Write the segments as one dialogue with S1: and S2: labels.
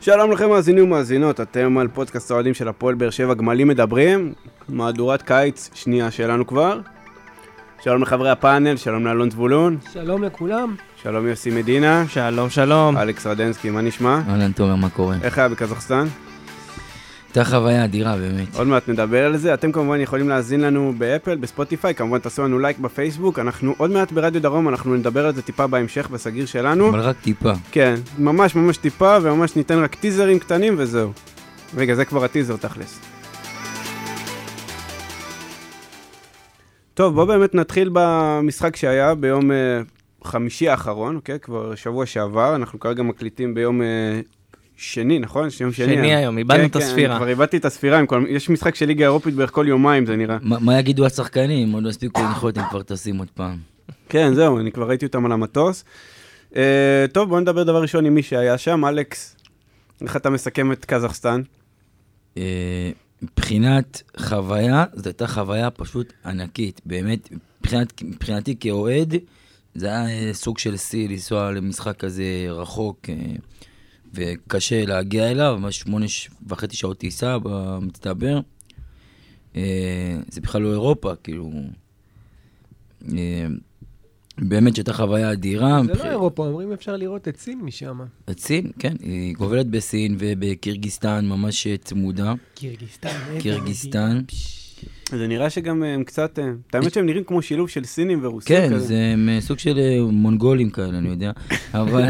S1: שלום לכם מאזינים ומאזינות, אתם על פודקאסט האוהדים של הפועל באר שבע גמלים מדברים, מהדורת קיץ שנייה שלנו כבר. שלום לחברי הפאנל, שלום לאלון זבולון,
S2: שלום לכולם.
S1: שלום יוסי מדינה,
S3: שלום, שלום.
S1: אלכס רדנסקי, מה נשמע?
S4: אהלן תומר, מה קורה?
S1: איך היה בקזחסטן?
S4: הייתה חוויה אדירה באמת.
S1: עוד מעט נדבר על זה. אתם כמובן יכולים להאזין לנו באפל, בספוטיפיי, כמובן תעשו לנו לייק בפייסבוק. אנחנו עוד מעט ברדיו דרום, אנחנו נדבר על זה טיפה בהמשך בסגיר שלנו.
S4: אבל רק טיפה.
S1: כן, ממש ממש טיפה, וממש ניתן רק טיזרים קטנים וזהו. רגע, זה כבר הטיזר תכלס. טוב, בואו באמת נתחיל במשחק שהיה ביום אה, חמישי האחרון, אוקיי? כבר שבוע שעבר, אנחנו כרגע מקליטים ביום אה, שני, נכון? יום שני.
S3: שני
S1: אה?
S3: היום, איבדנו
S1: כן,
S3: את הספירה.
S1: כן, אני כבר איבדתי את הספירה, עם כל... יש משחק של ליגה אירופית בערך כל יומיים, זה נראה.
S4: מה מה יגידו השחקנים? עוד לא הספיקו לנחות, הם כבר טסים עוד פעם.
S1: כן, זהו, אני כבר ראיתי אותם על המטוס. אה, טוב, בוא נדבר דבר ראשון עם מי שהיה שם, אלכס. איך אתה מסכם את קזחסטן?
S4: אה, מבחינת חוויה, זו הייתה חוויה פשוט ענקית. באמת, מבחינת- מבחינתי כאוהד, זה היה אה, סוג של שיא לנסוע למשחק כזה רחוק אה, וקשה להגיע אליו, ממש שמונה ש- וחצי שעות טיסה במצטבר. אה, זה בכלל לא אירופה, כאילו... אה, באמת שהייתה חוויה אדירה.
S2: זה לא
S4: מבחינת-
S2: אירופה, אומרים אפשר לראות את סין משם.
S4: את סין, כן, היא גובלת בסין ובקירגיסטן ממש אה, צמודה,
S2: קירגיסטן. איזה
S4: קירגיסטן.
S1: זה נראה שגם אה, הם קצת... אה, את האמת שהם נראים כמו שילוב של סינים ורוסים
S4: כן,
S1: כזה.
S4: זה הם, אה, סוג של אה, מונגולים כאלה, אני יודע, אבל...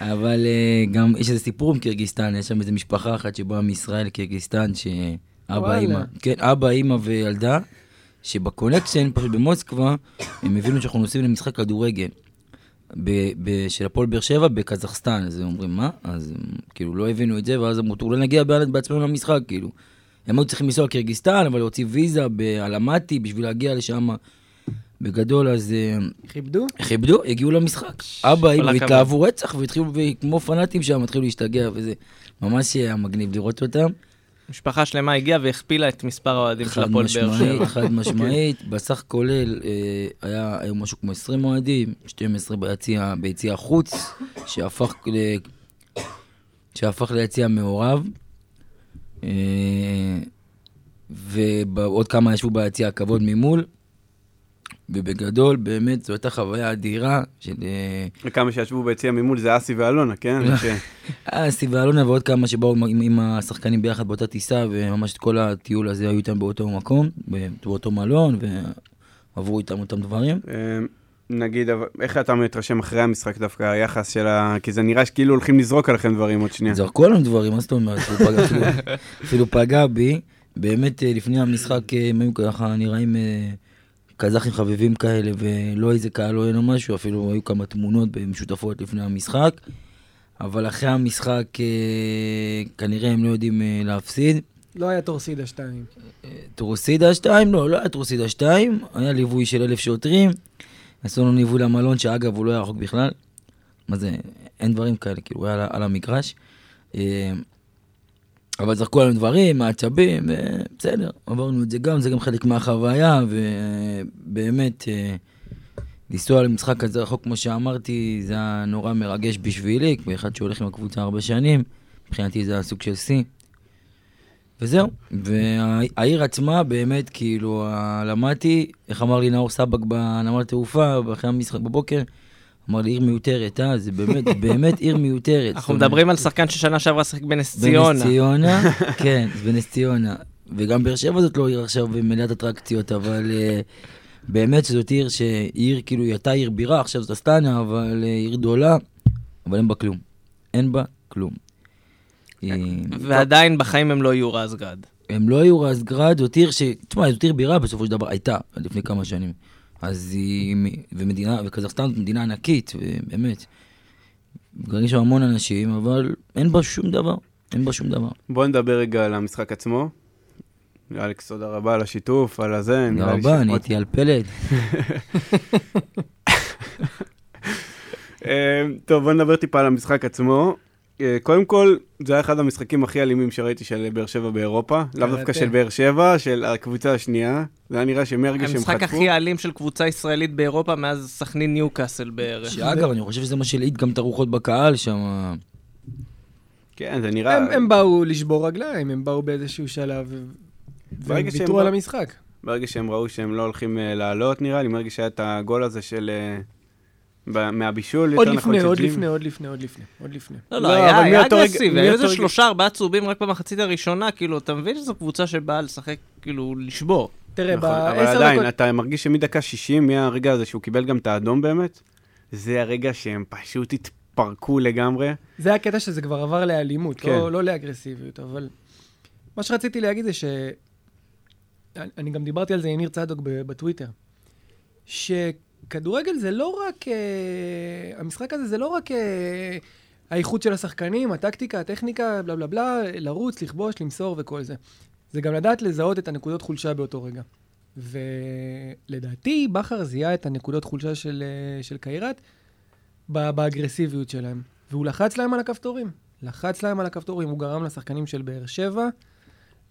S4: אבל אה, גם יש איזה סיפור עם קירגיסטן, יש שם איזה משפחה אחת שבאה מישראל לקירגיסטן, שאבא,
S2: וואלה.
S4: אימא, כן, אבא, אימא וילדה, שבקונקשן, פשוט במוסקבה, הם הבינו שאנחנו נוסעים למשחק כדורגל. ב- ב- של הפועל באר שבע בקזחסטן, אז הם אומרים, מה? אז הם כאילו לא הבינו את זה, ואז אמרו, אולי נגיע בעל- בעצמנו למשחק, כאילו. הם היו צריכים לנסוע לקירגיסטן, אבל להוציא ויזה באלמטי בשביל להגיע לשם. בגדול, אז אה,
S2: כיבדו?
S4: כיבדו, הגיעו למשחק. אבא,
S3: כל
S4: הם
S3: הכבוד.
S4: התלהבו רצח, והתחילו, כמו פנאטים שם, התחילו להשתגע, וזה ממש היה מגניב לראות אותם.
S3: משפחה שלמה הגיעה והכפילה את מספר האוהדים של
S4: חד
S3: הפועל באר
S4: משמעית,
S3: שבע.
S4: חד משמעית. בסך כולל אה, היה היו משהו כמו 20 אוהדים, 12 ביציע, ביציע החוץ, שהפך ל... שהפך ליציע מעורב. אה, ועוד כמה ישבו ביציע הכבוד ממול. ובגדול, באמת, זו הייתה חוויה אדירה של... אה,
S1: וכמה שישבו ביציע ממול זה אסי ואלונה, כן? ש-
S4: אסי ואלונה ועוד לא כמה שבאו עם, עם, עם השחקנים ביחד באותה טיסה, וממש את כל הטיול הזה היו איתם באותו מקום, ב- באותו מלון, ועברו איתם אותם דברים.
S1: אה, נגיד, אבל איך אתה מתרשם אחרי המשחק דווקא, היחס של ה... כי זה נראה שכאילו הולכים לזרוק עליכם דברים עוד שנייה.
S4: זרקו עלינו דברים, מה זאת אומרת? הוא פגע, אפילו, אפילו פגע בי. באמת, אה, לפני המשחק אה, הם היו ככה נראים אה, קזחים חביבים כאלה, ולא איזה קהל אוהן או משהו, אפילו היו כמה תמונות משותפות לפני המשחק. אבל אחרי המשחק, אה, כנראה הם לא יודעים אה, להפסיד.
S2: לא היה טורסידה 2.
S4: טרוסידה 2, לא, לא היה טרוסידה 2, היה ליווי של אלף שוטרים, עשו לנו ליווי למלון, שאגב, הוא לא היה רחוק בכלל. מה זה, אין דברים כאלה, כאילו, הוא היה על- על המגרש. אה, אבל זרקו עלינו דברים, מעצבים, אה, בסדר, עברנו את זה גם, זה גם חלק מהחוויה, ובאמת, אה, לנסוע למשחק כזה רחוק, כמו שאמרתי, זה היה נורא מרגש בשבילי, כאחד שהולך עם הקבוצה הרבה שנים, מבחינתי זה היה סוג של שיא. וזהו, והעיר עצמה באמת, כאילו, ה- למדתי, איך אמר לי נאור סבק בנמל תעופה, אחרי המשחק בבוקר, אמר לי עיר מיותרת, אה, זה באמת, באמת עיר מיותרת. זאת
S3: אנחנו
S4: אומרת,
S3: מדברים על שחקן ששנה שעברה שיחק בנס
S4: בנס
S3: ציונה.
S4: ציונה, כן, זה בנס ציונה. וגם באר שבע זאת לא עיר עכשיו מלאת אטרקציות, אבל אה, באמת שזאת עיר שהיא עיר, כאילו, היא הייתה עיר בירה, עכשיו זאת אסטנה, אבל אה, עיר גדולה, אבל אין בה כלום. אין בה כלום. היא-
S3: ועדיין בחיים הם לא יהיו רזגרד.
S4: הם לא היו רזגרד, זאת עיר ש... תשמע, זאת עיר בירה בסופו של דבר, הייתה, עד לפני כמה שנים. אז היא... מ- ומדינה, וקזחסטן זאת מדינה ענקית, באמת. גרים שם המון אנשים, אבל אין בה שום דבר. אין בה שום דבר.
S1: בואו נדבר רגע על המשחק עצמו. אלכס, תודה רבה על השיתוף, על הזה.
S4: תודה
S1: נראה לי
S4: רבה, לא, אני
S1: שמאוד-
S4: הייתי על פלד.
S1: אה, טוב, בוא נדבר טיפה על המשחק עצמו. אה, קודם כל, זה היה אחד המשחקים הכי אלימים שראיתי של באר שבע באירופה. לאו
S2: קראטה.
S1: דווקא של באר שבע, של הקבוצה השנייה. זה היה נראה שמהרגע שהם חטפו...
S3: המשחק הכי האלים של קבוצה ישראלית באירופה מאז סכנין ניוקאסל בערך.
S4: אה, שאגב, אני חושב שזה מה שהלעיט גם את הרוחות בקהל שם.
S1: כן, זה נראה...
S2: הם הם באו לשבור רגליים, הם באו באיזשהו שלב, ו- והם
S1: ברגע שהם
S2: ויתרו על
S1: באו-
S2: המשחק.
S1: ברגע שהם ראו שהם לא הולכים אה, לעלות, נראה לי, ברגע שהיה את הגול הזה של... אה, ב- מהבישול,
S2: עוד
S1: יותר נכון,
S2: לפני,
S1: של
S2: עוד
S1: ג'ים.
S2: לפני, עוד לפני, עוד לפני, עוד לפני.
S3: לא, לא,
S1: לא,
S3: היה
S1: אבל
S3: היה
S1: מאותו רגע-
S3: אגרסיבי, היו
S1: מאותו
S3: איזה
S1: רגע-
S3: שלושה, ארבעה צהובים רק במחצית הראשונה, כאילו, אתה מבין שזו קבוצה שבאה לשחק, כאילו, לשבור.
S2: תראה,
S1: נכון, אבל
S2: בעשר
S1: עדיין,
S2: דקות...
S1: אתה מרגיש שמדקה 60, מהרגע הזה שהוא קיבל גם את האדום באמת, זה הרגע שהם פשוט התפרקו לגמרי.
S2: זה הקטע שזה כבר עבר לאלימות,
S1: כן.
S2: לא, לא לאגרסיביות, אבל... מה שרציתי להגיד זה ש... אני- אני גם דיברתי על זה עם ניר צדוק ב- בטוויטר, שכדורגל זה לא רק... אה, המשחק הזה זה לא רק אה, האיכות של השחקנים, הטקטיקה, הטכניקה, בלה בלה בלה, לרוץ, לכבוש, למסור וכל זה. זה גם לדעת לזהות את הנקודות חולשה באותו רגע. ולדעתי, בכר זיהה את הנקודות חולשה של, אה, של קיירת ב- באגרסיביות שלהם. והוא לחץ להם על הכפתורים. לחץ להם על הכפתורים, הוא גרם לשחקנים של באר שבע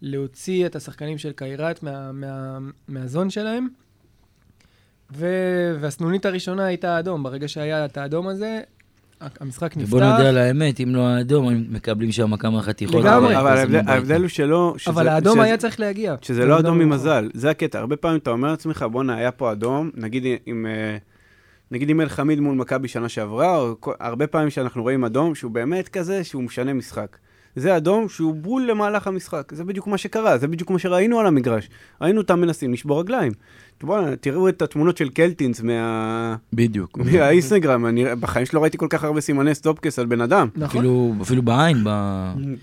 S2: להוציא את השחקנים של קיירת מה, מה, מהזון שלהם. ו, והסנונית הראשונה הייתה אדום. ברגע שהיה את האדום הזה, ה- המשחק נפתח.
S4: ובוא נודה על האמת, אם לא האדום, הם מקבלים שם כמה חתיכות.
S2: לגמרי.
S1: אבל
S4: וחוזרים
S1: ההבדל-
S4: הביתה.
S1: ההבדל הוא שלא...
S2: אבל
S1: שזה-
S2: האדום
S1: שזה-
S2: היה צריך להגיע.
S1: שזה לא אדום
S2: מאוחר.
S1: ממזל, זה הקטע. הרבה פעמים אתה אומר לעצמך, בואנה, היה פה אדום, נגיד עם... אה, נגיד עם אל-חמיד מול מכבי שנה שעברה, או כל- הרבה פעמים שאנחנו רואים אדום שהוא באמת כזה שהוא משנה משחק. זה אדום שהוא בול למהלך המשחק, זה בדיוק מה שקרה, זה בדיוק מה שראינו על המגרש. ראינו אותם מנסים לשבור רגליים. בואנה, תראו את התמונות של קלטינס מה...
S4: בדיוק.
S1: נכון. מהאינסטגרם, אני... בחיים שלא ראיתי כל כך הרבה סימני סטופקס על בן אדם.
S2: נכון.
S4: אפילו, אפילו בעין, ב...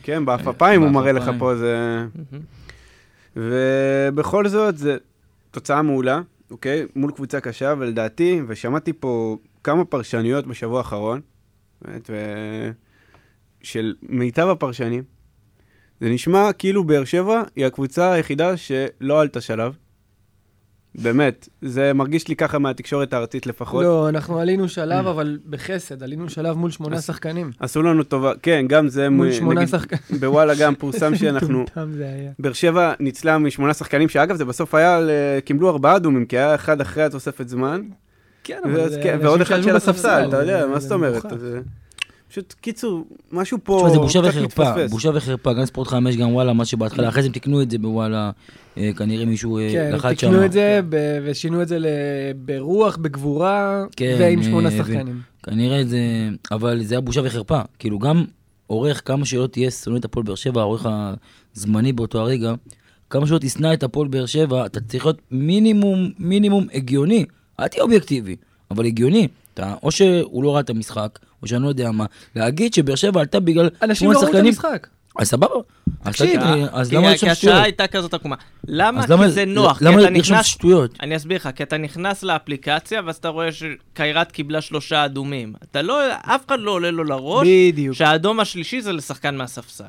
S1: כן, בעפעפיים הוא מראה לך
S4: בעפעפיים.
S1: פה, זה... ובכל זאת, זה תוצאה מעולה, אוקיי? מול קבוצה קשה, ולדעתי, ושמעתי פה כמה פרשנויות בשבוע האחרון, באמת, ו... של מיטב הפרשנים. זה נשמע כאילו באר שבע היא הקבוצה היחידה שלא עלתה שלב. באמת, זה מרגיש לי ככה מהתקשורת הארצית לפחות.
S2: לא, אנחנו עלינו שלב, אבל בחסד, עלינו שלב מול שמונה שחקנים.
S1: עשו לנו טובה, כן, גם זה,
S2: מול
S1: מ-
S2: שמונה
S1: נגיד,
S2: שחקנים.
S1: בוואלה גם פורסם שאנחנו...
S2: מטומטם זה היה.
S1: באר שבע ניצלה משמונה שחקנים, שאגב, זה בסוף היה, על, אה, קיבלו ארבעה אדומים, כי היה אחד אחרי התוספת זמן,
S2: כן, אבל
S1: ואז
S2: זה
S1: כן,
S2: אנשים
S1: ועוד אחד
S2: שישבו
S1: של
S2: בספסל, נכון.
S1: הספסל, אתה יודע,
S2: זה-
S1: מה
S2: זה
S1: זאת אומרת?
S2: מגוחך.
S1: זה- פשוט, קיצור, משהו פה
S4: תשמע, זה בושה
S1: קצת
S4: וחרפה,
S1: מתפספס.
S4: בושה וחרפה, גם ספורט 5, גם וואלה, מה שבהתחלה, אחרי זה הם תיקנו את זה בוואלה, אה, כנראה מישהו אה,
S2: כן,
S4: לחץ שם.
S2: תיקנו את זה ב- ושינו את זה ל- ברוח, בגבורה,
S4: כן,
S2: ועם
S4: אה,
S2: שמונה
S4: ו-
S2: שחקנים.
S4: כנראה זה, אבל זה היה בושה וחרפה. כאילו גם עורך, כמה שלא תהיה שונא את הפועל באר שבע, העורך הזמני באותו הרגע, כמה שלא תשנא את הפועל באר שבע, אתה צריך להיות מינימום, מינימום הגיוני. אל תהיה אובייקטיבי, אבל הגיוני. אתה, או שהוא לא ראה את המשחק, או שאני לא יודע מה. להגיד שבאר שבע עלתה בגלל
S2: אנשים
S4: שמונה
S2: לא ראו את
S4: שחקנים-
S2: המשחק.
S4: אז סבבה. אז
S2: תקשיב,
S4: תגיד לי, אז
S3: כי-
S4: למה
S3: כי
S4: לרשום
S3: השעה
S4: שטויות?
S3: הייתה כזאת עקומה. למה?
S4: אז למה-
S3: כי זה נוח. כי
S4: למה
S3: אתה
S4: לרשום
S3: נכנס-
S4: שטויות?
S3: אני אסביר לך, כי אתה נכנס לאפליקציה, ואז אתה רואה שקיירת קיבלה שלושה אדומים. אתה לא, אף אחד לא עולה לו לראש,
S2: בדיוק.
S3: שהאדום השלישי זה לשחקן מהספסל.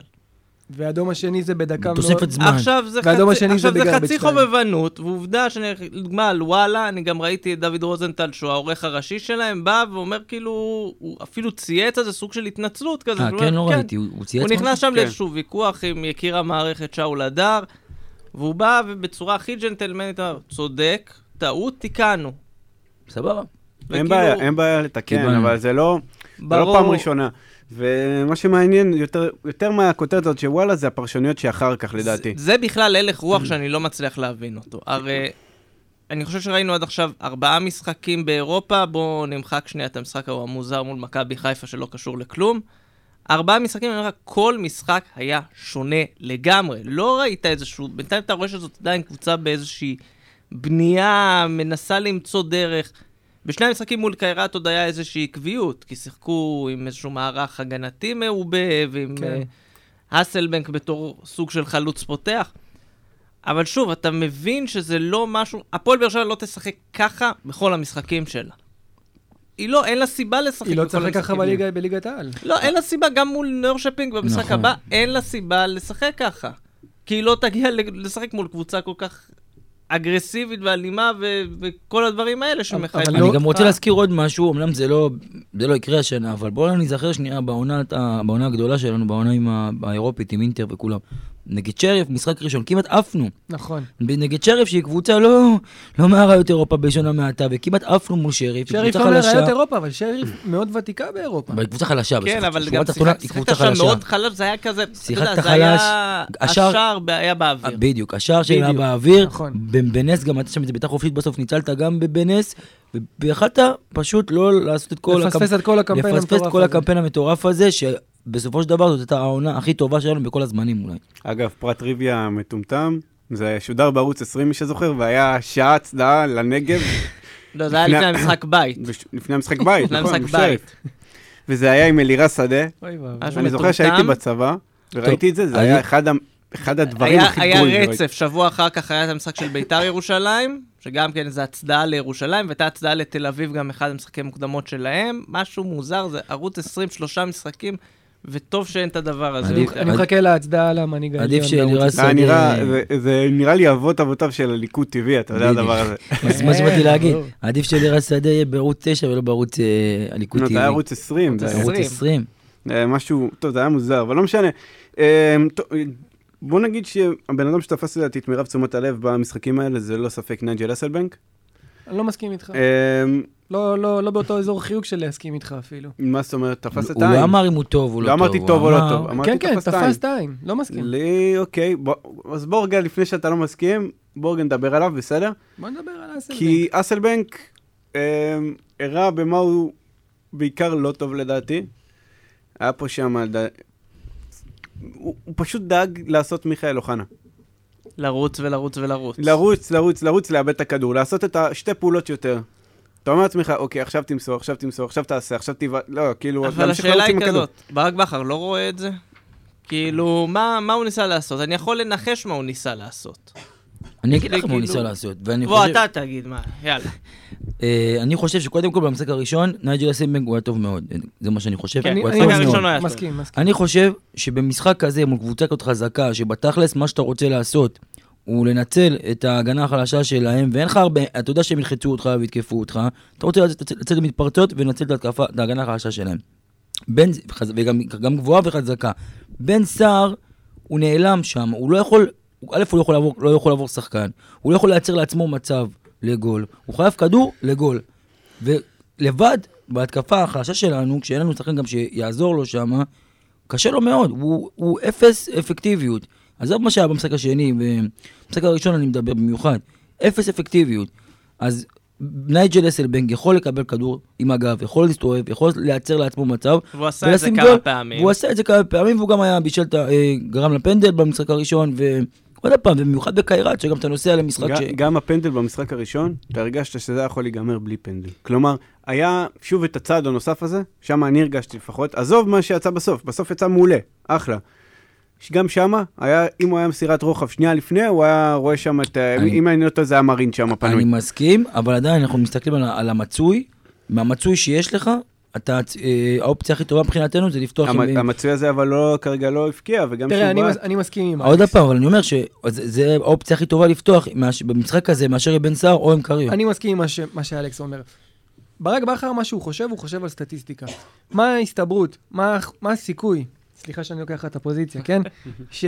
S2: והאדום השני זה בדקה מאוד...
S4: בתוספת זמן.
S3: עכשיו זה
S2: והאדום
S3: חצי,
S2: השני זה
S3: עכשיו זה
S2: בגרבג'
S3: חצי
S2: טיים.
S3: חובבנות, ועובדה שנגמר על וואלה, אני גם ראיתי את דוד רוזנטל, שהוא העורך הראשי שלהם, בא ואומר כאילו, הוא אפילו צייץ איזה סוג של התנצלות כזה.
S4: אה,
S3: זאת
S4: כן,
S3: אומרת,
S4: לא ראיתי, הוא הוא צייץ
S3: הוא נכנס שם
S1: כן.
S3: לאיזשהו ויכוח עם יקיר המערכת שאול הדר, והוא בא ובצורה הכי ג'נטלמנית אמר, צודק, טעות, תיקנו.
S4: סבבה.
S1: אין
S3: וכאילו,
S1: בעיה,
S2: כאילו-
S1: אין בעיה לתקן,
S4: קיבלנו.
S1: אבל זה לא... זה לא
S3: ברור.
S1: פעם ראשונה. ומה שמעניין יותר, יותר מהכותרת הזאת שוואלה, זה הפרשנויות שאחר כך, לדעתי.
S3: זה, זה בכלל הלך רוח שאני לא מצליח להבין אותו. הרי אני חושב שראינו עד עכשיו ארבעה משחקים באירופה, בואו נמחק שנייה את המשחק ההוא המוזר מול מכבי חיפה שלא קשור לכלום. ארבעה משחקים, אני אומר לך, כל משחק היה שונה לגמרי. לא ראית איזשהו, בינתיים אתה רואה שזאת עדיין קבוצה באיזושהי בנייה, מנסה למצוא דרך. בשני המשחקים מול קיירת עוד היה איזושהי עקביות, כי שיחקו עם איזשהו מערך הגנתי מעובה, ועם
S2: כן.
S3: כן. האסלבנק בתור סוג של חלוץ פותח. אבל שוב, אתה מבין שזה לא משהו... הפועל באר שבע לא תשחק ככה בכל המשחקים שלה. היא לא, אין לה סיבה לשחק
S2: היא לא
S3: בכל
S2: תשחק ככה
S3: המשחקים.
S2: בליגה- בליגת העל.
S3: לא, אין לה סיבה, גם מול נורשפינג במשחק
S4: נכון.
S3: הבא, אין לה סיבה לשחק ככה. כי היא לא תגיע ל- לשחק מול קבוצה כל כך אגרסיבית ואלימה ו- וכל הדברים האלה שמחייבים.
S2: אבל לא-
S4: אני גם רוצה
S2: אה.
S4: להזכיר עוד משהו, אמנם זה לא, זה לא יקרה השנה, אבל בואו ניזכר שנייה בעונת ה- בעונה הגדולה שלנו, בעונה עם ה- האירופית, עם אינטר וכולם. נגד שריף, משחק ראשון, כמעט עפנו.
S2: נכון.
S4: נגד שריף, שהיא קבוצה לא, לא מהראיות אירופה בלשון המעטה, וכמעט עפנו מול שריף. היא
S2: שריף
S4: קבוצה
S2: לא
S4: חלשה,
S2: מראיות אירופה, אבל שריף מאוד ותיקה באירופה.
S4: אבל היא קבוצה חלשה.
S3: כן,
S4: בסוף.
S3: אבל
S4: שורה
S3: גם
S4: תחתונה, היא
S3: שיחקת
S4: קבוצה
S3: שם
S4: חלשה.
S3: מאוד חלש, זה היה כזה, אתה
S4: שיחקת
S3: יודע, זה
S4: חלש,
S3: היה...
S4: השער-
S3: השער היה באוויר.
S4: בדיוק, השער שלה
S2: בדיוק,
S4: באוויר,
S2: נכון.
S4: ב- בנס גם הייתה שם איזה בעיטה חופשית, בסוף ניצלת גם בנס, ו- ויכלת פשוט לא לעשות את כל
S2: לפספס את כל הקמפיין
S4: לפספס
S2: המטורף
S4: את כל
S2: הזה.
S4: הקמפיין המטורף הזה, שבסופו של דבר זאת הייתה העונה הכי טובה שלנו בכל הזמנים אולי.
S1: אגב, פרט טריוויה מטומטם, זה שודר בערוץ 20, מי שזוכר, והיה שעה הצדעה לנגב
S3: לא, זה היה
S1: לפני-
S3: לפני המשחק בית.
S1: בש- לפני המשחק בית,
S3: לפני
S1: נכון?
S3: המשחק
S1: בשריף.
S3: בית.
S1: וזה היה עם אלירז שדה,
S2: אוי ואבוי.
S3: משהו
S1: אני זוכר
S3: מטומטם.
S1: שהייתי בצבא, וראיתי את זה, זה
S4: אני-
S1: היה אחד ה- אחד הדברים
S3: היה-
S1: הכי
S3: היה
S1: גרועים. שראיתי.
S3: רצף, שבוע אחר כך היה את המשחק של ביתר ירושלים, שגם כן זה הצדעה לירושלים, והייתה הצדעה לתל אביב, גם אחד המשחקי מוקדמות שלהם. משהו מוזר, זה ערוץ 20, שלושה משחקים, וטוב שאין את הדבר הזה.
S4: עדיף-
S3: יותר.
S2: אני
S4: עד-
S2: מחכה להצדעה למנהיג העליון.
S4: עדיף
S2: בערוץ.
S4: שאלירז
S1: זה היה נראה-
S4: שדה-
S1: זה- זה נראה לי אבות אבותיו של הליכוד טבעי, אתה יודע
S4: בדיוק.
S1: הדבר הזה.
S4: אז מה שבאתי להגיד,
S2: אה, ברור.
S4: עדיף שאלירז שדה יהיה בערוץ 9 ולא בערוץ אה, הליכוד
S1: נו, זה
S4: TV.
S1: היה ערוץ 20, זה היה
S4: ערוץ
S3: 20.
S4: 20.
S1: אה, משהו, טוב, זה היה מוזר, אבל לא משנה. אה, טוב, אה, בוא נגיד שהבן אדם שתפס לדעתי את מירב תשומת הלב במשחקים האלה זה ללא ספק נג'ל אסלבנק.
S2: אני לא מסכים איתך.
S1: אה,
S2: לא, לא, לא באותו אזור חיוג של להסכים איתך אפילו.
S1: מה זאת אומרת? תפס את
S4: הוא לא
S1: העין.
S4: אמר אם הוא טוב, הוא לא
S1: לא
S4: טוב.
S1: אמרתי
S4: הוא
S1: טוב או לא
S4: אמר-
S1: טוב. אמרתי
S2: כן, כן,
S1: תפס את העין.
S2: תפסת עין, לא מסכים.
S1: לי, אוקיי, בוא- אז בוא רגע לפני שאתה לא מסכים, בוא רגע נדבר עליו, בסדר?
S2: בוא נדבר על אסלבנק.
S1: כי אסלבנק אה, הראה במה הוא בעיקר לא טוב לדעתי. היה פה שם... ד- הוא הוא פשוט דאג לעשות מיכאל אוחנה.
S3: לרוץ ולרוץ ולרוץ.
S1: לרוץ, לרוץ, לרוץ, לאבד את הכדור, לעשות את השתי פעולות יותר. אתה אומר לעצמך, אוקיי, עכשיו תמסור, עכשיו תמסור, עכשיו תעשה, עכשיו תבע... לא, כאילו,
S3: אבל
S1: להמשיך
S3: השאלה
S1: לרוץ עם
S3: היא
S1: הכדור.
S3: כזאת, ברק בכר לא רואה את זה? כאילו, מה מה הוא ניסה לעשות? אני יכול לנחש מה הוא ניסה לעשות.
S4: אני אגיד
S3: לי
S4: לך מה הוא
S3: כאילו-
S4: ניסה לעשות, ואני
S3: בוא,
S4: חושב...
S3: אתה תגיד מה, יאללה.
S4: אה, אני חושב שקודם כל במשחק הראשון, נייג'ל אסלבנג הוא היה טוב מאוד. זה מה שאני חושב.
S3: כן,
S4: הוא היה
S3: אני-
S4: טוב
S3: אני-
S4: מאוד.
S3: הראשון היה טוב.
S2: מסכים, מסכים.
S4: אני חושב שבמשחק כזה, מול קבוצה כזאת חזקה, שבתכלס מה שאתה רוצה לעשות הוא לנצל את ההגנה החלשה שלהם, ואין לך הרבה, אתה יודע שהם ילחצו אותך ויתקפו אותך, אתה רוצה לצאת- לצאת למתפרצות ולנצל את ההתקפה- את ההגנה החלשה שלהם. בן, חז- וגם גם גבוהה וחזקה. בן סער, הוא נעלם שם, הוא לא יכול, הוא- א', הוא לא יכול, לעבור, לא יכול לעבור שחקן, הוא לא יכול לייצר לעצמו מצב לגול, הוא חייב כדור לגול. ולבד, בהתקפה החלשה שלנו, כשאין לנו שחקן גם שיעזור לו שם, קשה לו מאוד, הוא, הוא אפס אפקטיביות. עזוב מה שהיה במשחק השני, במשחק הראשון אני מדבר במיוחד, אפס אפקטיביות. אז נייג'ל אסלבנג יכול לקבל כדור עם הגב, יכול להסתובב, יכול לייצר לעצמו מצב,
S3: והוא עשה את זה
S4: ולשים
S3: כמה
S4: גול.
S3: פעמים.
S4: והוא עשה את זה כמה פעמים, והוא גם היה בישל, את ה- אה, גרם לפנדל במשחק הראשון, ועוד פעם, ובמיוחד בקיירת, שגם אתה נוסע למשחק
S1: ג-
S4: ש...
S1: גם הפנדל במשחק הראשון, אתה הרגשת שזה היה יכול להיגמר בלי פנדל. כלומר, היה שוב את הצעד הנוסף הזה, שם אני הרגשתי לפחות. עזוב מה שיצא בסוף, בסוף יצא מעולה, אחלה. גם שמה, היה, אם הוא היה מסירת רוחב שנייה לפני, הוא היה רואה שם את... אה,
S4: אני-
S1: אם מעניין אותו זה היה מרין שם
S4: אני
S1: פנוי.
S4: מסכים, אבל עדיין אנחנו מסתכלים על, ה- על המצוי, מהמצוי שיש לך, אתה, אה, האופציה הכי טובה מבחינתנו זה לפתוח עם...
S1: המ- המצוי הזה אבל לא, כרגע לא הבקיע, וגם
S2: תראה, אני
S1: שהוא
S2: מס- אני מסכים עם
S4: עוד פעם, אבל אני אומר שזה האופציה הכי טובה לפתוח מאש- במשחק הזה מאשר עם בן סער או עם קריו.
S2: אני מסכים עם מה ש- מה שאלכס אומר. ברק בכר, מה שהוא חושב, הוא חושב על סטטיסטיקה. מה ההסתברות? מה מה הסיכוי? סליחה שאני לוקח לך את הפוזיציה, כן? ש...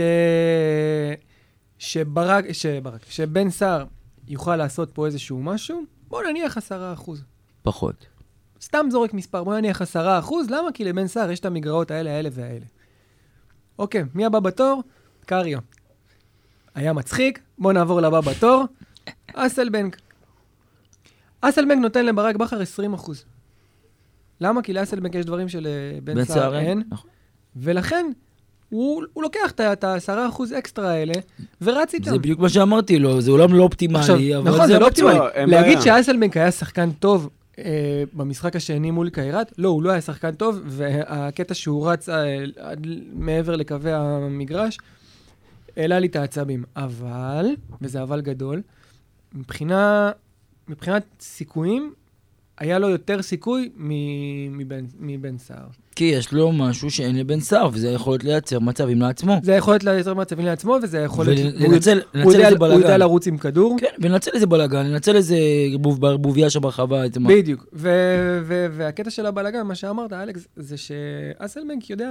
S2: שברק, שברק, שבן סער יוכל לעשות פה איזשהו משהו, בוא נניח עשרה אחוז.
S4: פחות.
S2: סתם זורק מספר, בוא נניח עשרה אחוז, למה? כי לבן סער יש את המגרעות האלה, האלה והאלה. אוקיי, מי הבא בתור? קריו. היה מצחיק, בוא נעבור לבא בתור. אסלבנק. אסלבנק נותן לברק בכר 20 אחוז. למה? כי לאסלבנק יש דברים שלבן סער אין,
S4: נכון.
S2: ולכן הוא, הוא לוקח את ה- את העשרה אחוז אקסטרה האלה, ורץ איתם.
S4: זה בדיוק מה שאמרתי לו, זה אולם לא
S2: עכשיו,
S4: אופטימלי, אבל
S2: נכון,
S4: זה
S2: זה לא
S4: אופציה.
S2: אופטימלי.
S1: לא, אין
S2: להגיד
S1: בעיה.
S2: שאייסלבנק היה שחקן טוב אה, במשחק השני מול קיירת, לא, הוא לא היה שחקן טוב, והקטע שהוא רץ אה, עד ל- מעבר לקווי המגרש, העלה לי את העצבים. אבל, וזה אבל גדול, מבחינה, מבחינת סיכויים, היה לו יותר סיכוי מ- מבן, מבן סער.
S4: כי יש לו משהו שאין לבן סער, וזה יכול להיות לייצר מצבים לעצמו.
S2: זה יכול להיות לייצר מצבים לעצמו, וזה יכול להיות... הוא-
S4: ולנצל
S2: הוא
S4: לנצל
S2: יודע-
S4: איזה
S2: הוא יודע
S4: בלאגן.
S2: לרוץ עם כדור.
S4: כן, ולנצל איזה בלאגן, לנצל איזה ערבוב- ערבוביה שם ברחבה, איזה מה.
S2: בדיוק, ו- ו- והקטע של הבלאגן, מה שאמרת, אלכס, זה שאסלבנק יודע,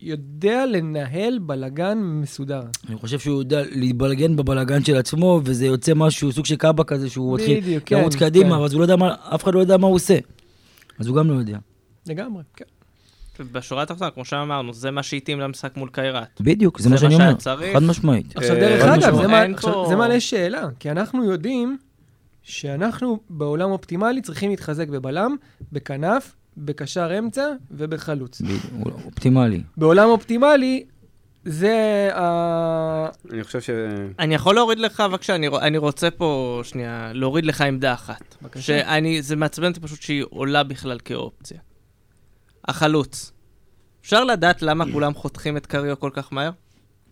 S2: יודע לנהל בלגן מסודר.
S4: אני חושב שהוא יודע להתבלגן בבלגן של עצמו, וזה יוצא משהו, סוג של קאבה כזה, שהוא מתחיל
S2: בדיוק, כן,
S4: לרוץ
S2: כן.
S4: קדימה, אבל אז הוא לא יודע מה, אף אחד לא יודע מה הוא עושה. אז הוא גם לא יודע.
S2: לגמרי, כן.
S3: בשורה התחתונה, כמו שאמרנו, זה מה שהתאים למשחק מול קיירת.
S4: בדיוק, זה
S3: זה
S4: מה שאני
S3: מה
S4: אומר.
S3: שהיה צריך.
S4: חד משמעית.
S2: עכשיו,
S1: אה,
S2: דרך
S1: אין
S2: אגב,
S1: פה-
S2: זה מה-
S3: אין
S2: עכשיו,
S3: פה-
S2: זה מעלה שאלה, כי אנחנו יודעים שאנחנו בעולם אופטימלי צריכים להתחזק בבלם, בכנף, בקשר אמצע ובחלוץ.
S4: בדיוק, הוא לא- הוא אופטימלי.
S2: בעולם אופטימלי, זה ה...
S1: אני חושב ש...
S3: אני יכול להוריד לך, בבקשה, אני, רוא- אני רוצה פה שנייה, להוריד לך עמדה אחת.
S2: בבקשה.
S3: שאני, זה מעצבן אותי פשוט שהיא עולה בכלל כאופציה. החלוץ. אפשר לדעת למה כולם חותכים את קריו כל כך מהר?
S2: כן.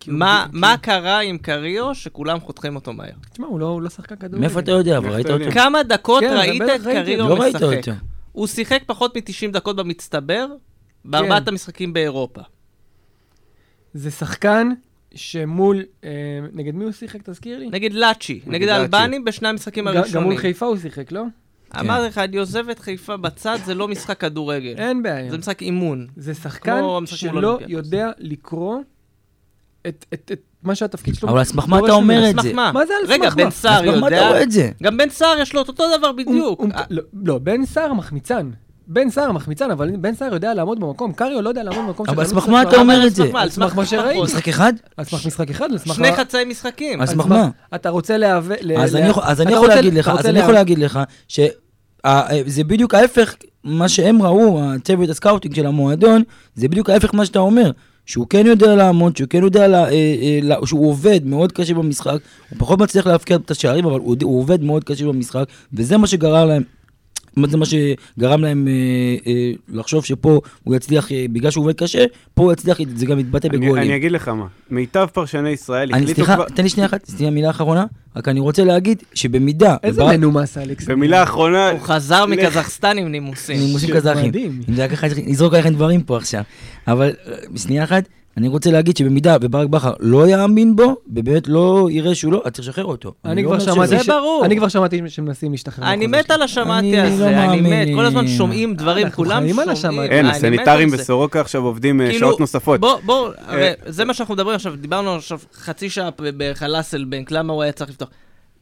S2: כי הוא- כן.
S3: מה,
S2: כי-
S3: מה קרה עם קריו שכולם חותכים אותו מהר?
S2: תשמע, הוא לא- הוא לא שחקן כדורגל.
S4: מאיפה אתה יודע? אבל
S1: איך
S4: ראית
S1: אתה
S4: אותו?
S1: יודע?
S3: כמה דקות
S2: כן,
S3: ראית
S2: בטח
S3: את
S2: ראיתי.
S3: קריו
S4: לא ראית
S3: משחק?
S4: אותו.
S3: הוא שיחק פחות מ-90 דקות במצטבר, בארבעת
S2: כן.
S3: המשחקים באירופה.
S2: זה שחקן שמול... אה, נגד מי הוא שיחק? תזכיר לי.
S3: נגד לאצ'י, נגד
S1: לאצ'י.
S3: האלבנים בשני המשחקים
S2: ג- גם
S3: הראשונים.
S2: מול חיפה הוא שיחק, לא?
S3: אמרתי לך, אני עוזב את חיפה בצד, זה לא משחק כדורגל.
S4: כן.
S2: אין בעיה.
S3: זה משחק אימון.
S2: זה שחקן
S3: כמו המשחק מול
S2: שלא
S3: אולימפיאקוס. יודע
S2: יודע לקרוא את מה שהתפקיד שלו.
S4: אבל על סמך מה אתה אומר את
S3: על
S4: זה?
S3: סמך מה?
S2: מה זה על
S3: רגע,
S2: סמך
S3: בן
S2: מה?
S3: סער
S4: אז מה אתה
S3: יודע?
S4: רואה את זה?
S3: גם בן סער יש לו את אותו דבר בדיוק. אה,
S2: לא, בן סער מחמיצן. בן סער מחמיצן, אבל בן סער יודע לעמוד במקום. קריו לא יודע לעמוד במקום של
S4: אבל על
S2: חלוץ
S4: סמך מה
S2: מספר
S4: אתה
S2: ארבע.
S4: אומר
S3: על
S4: את זה?
S3: סמך מה? על
S2: על סמך
S3: סמך
S2: מה שראיתי.
S3: פחות.
S4: משחק אחד?
S2: על סמך משחק אחד, על סמך...
S3: שני
S2: מה-
S3: חצאי משחקים.
S4: אז
S2: על
S4: מה?
S2: סמך- אתה רוצה להיאבק...
S4: אז אני יכול- אז אני יכול להגיד לך, אז אני יכול להגיד לך, שזה בדיוק ההפך, מה שהם ראו, הצוות הסקאוטינג של המועדון, זה בדיוק ההפך מה שאתה אומר. שהוא כן יודע לעמוד, שהוא כן יודע, לה, אה, אה, לה, שהוא עובד מאוד קשה במשחק, הוא פחות מצליח להבקיע את השערים, אבל הוא, הוא עובד מאוד קשה במשחק, וזה מה שגרם להם, זה מה שגרם להם אה, אה, לחשוב שפה הוא יצליח, אה, בגלל שהוא עובד קשה, פה הוא יצליח, זה גם יתבטא
S1: אני,
S4: בגולים.
S1: אני אגיד לך מה, מיטב פרשני ישראל
S4: אני,
S1: החליטו
S4: סליחה,
S1: כבר...
S4: תן לי שנייה אחת, שנייה מילה אחרונה, רק אני רוצה להגיד שבמידה...
S2: איזה
S4: ובר-
S2: מנומס, אלכס.
S1: במילה אחרונה,
S3: הוא חזר
S1: לך-
S3: מקזחסטן עם נימוסים.
S4: נימוסים
S2: ש-
S4: קזחים.
S2: מדהים.
S4: אם זה היה ככה, נזרוק עליכם דברים פה עכשיו. אבל אה, שנייה אחת, אני רוצה להגיד שבמידה וברק בכר לא יאמין בו, ובאמת לא יראה שהוא לא, אז צריך לשחרר אותו.
S2: אני
S4: לא
S2: כבר
S4: אומר
S2: שמעתי...
S4: שזה-
S2: ש-
S3: זה ברור.
S2: אני כבר שמעתי שמנסים להשתחרר.
S3: אני
S2: מהחוזה
S3: מת
S2: שלו.
S3: על השמעתי
S4: אני לא
S3: הזה, אני מת.
S4: מאמין.
S3: כל הזמן שומעים דברים,
S2: אנחנו
S3: כולם
S2: חיים על
S3: שומעים. אה,
S2: השמיים.
S1: אין,
S3: אני מת על
S1: הסניטרים
S3: זה.
S1: בסורוקה עכשיו עובדים אה,
S3: כאילו,
S1: שעות נוספות. אה,
S3: בוא, בוא, הרי זה מה שאנחנו מדברים עכשיו, דיברנו עכשיו חצי שעה ב- בחלאסלבנק, למה הוא היה צריך לפתוח.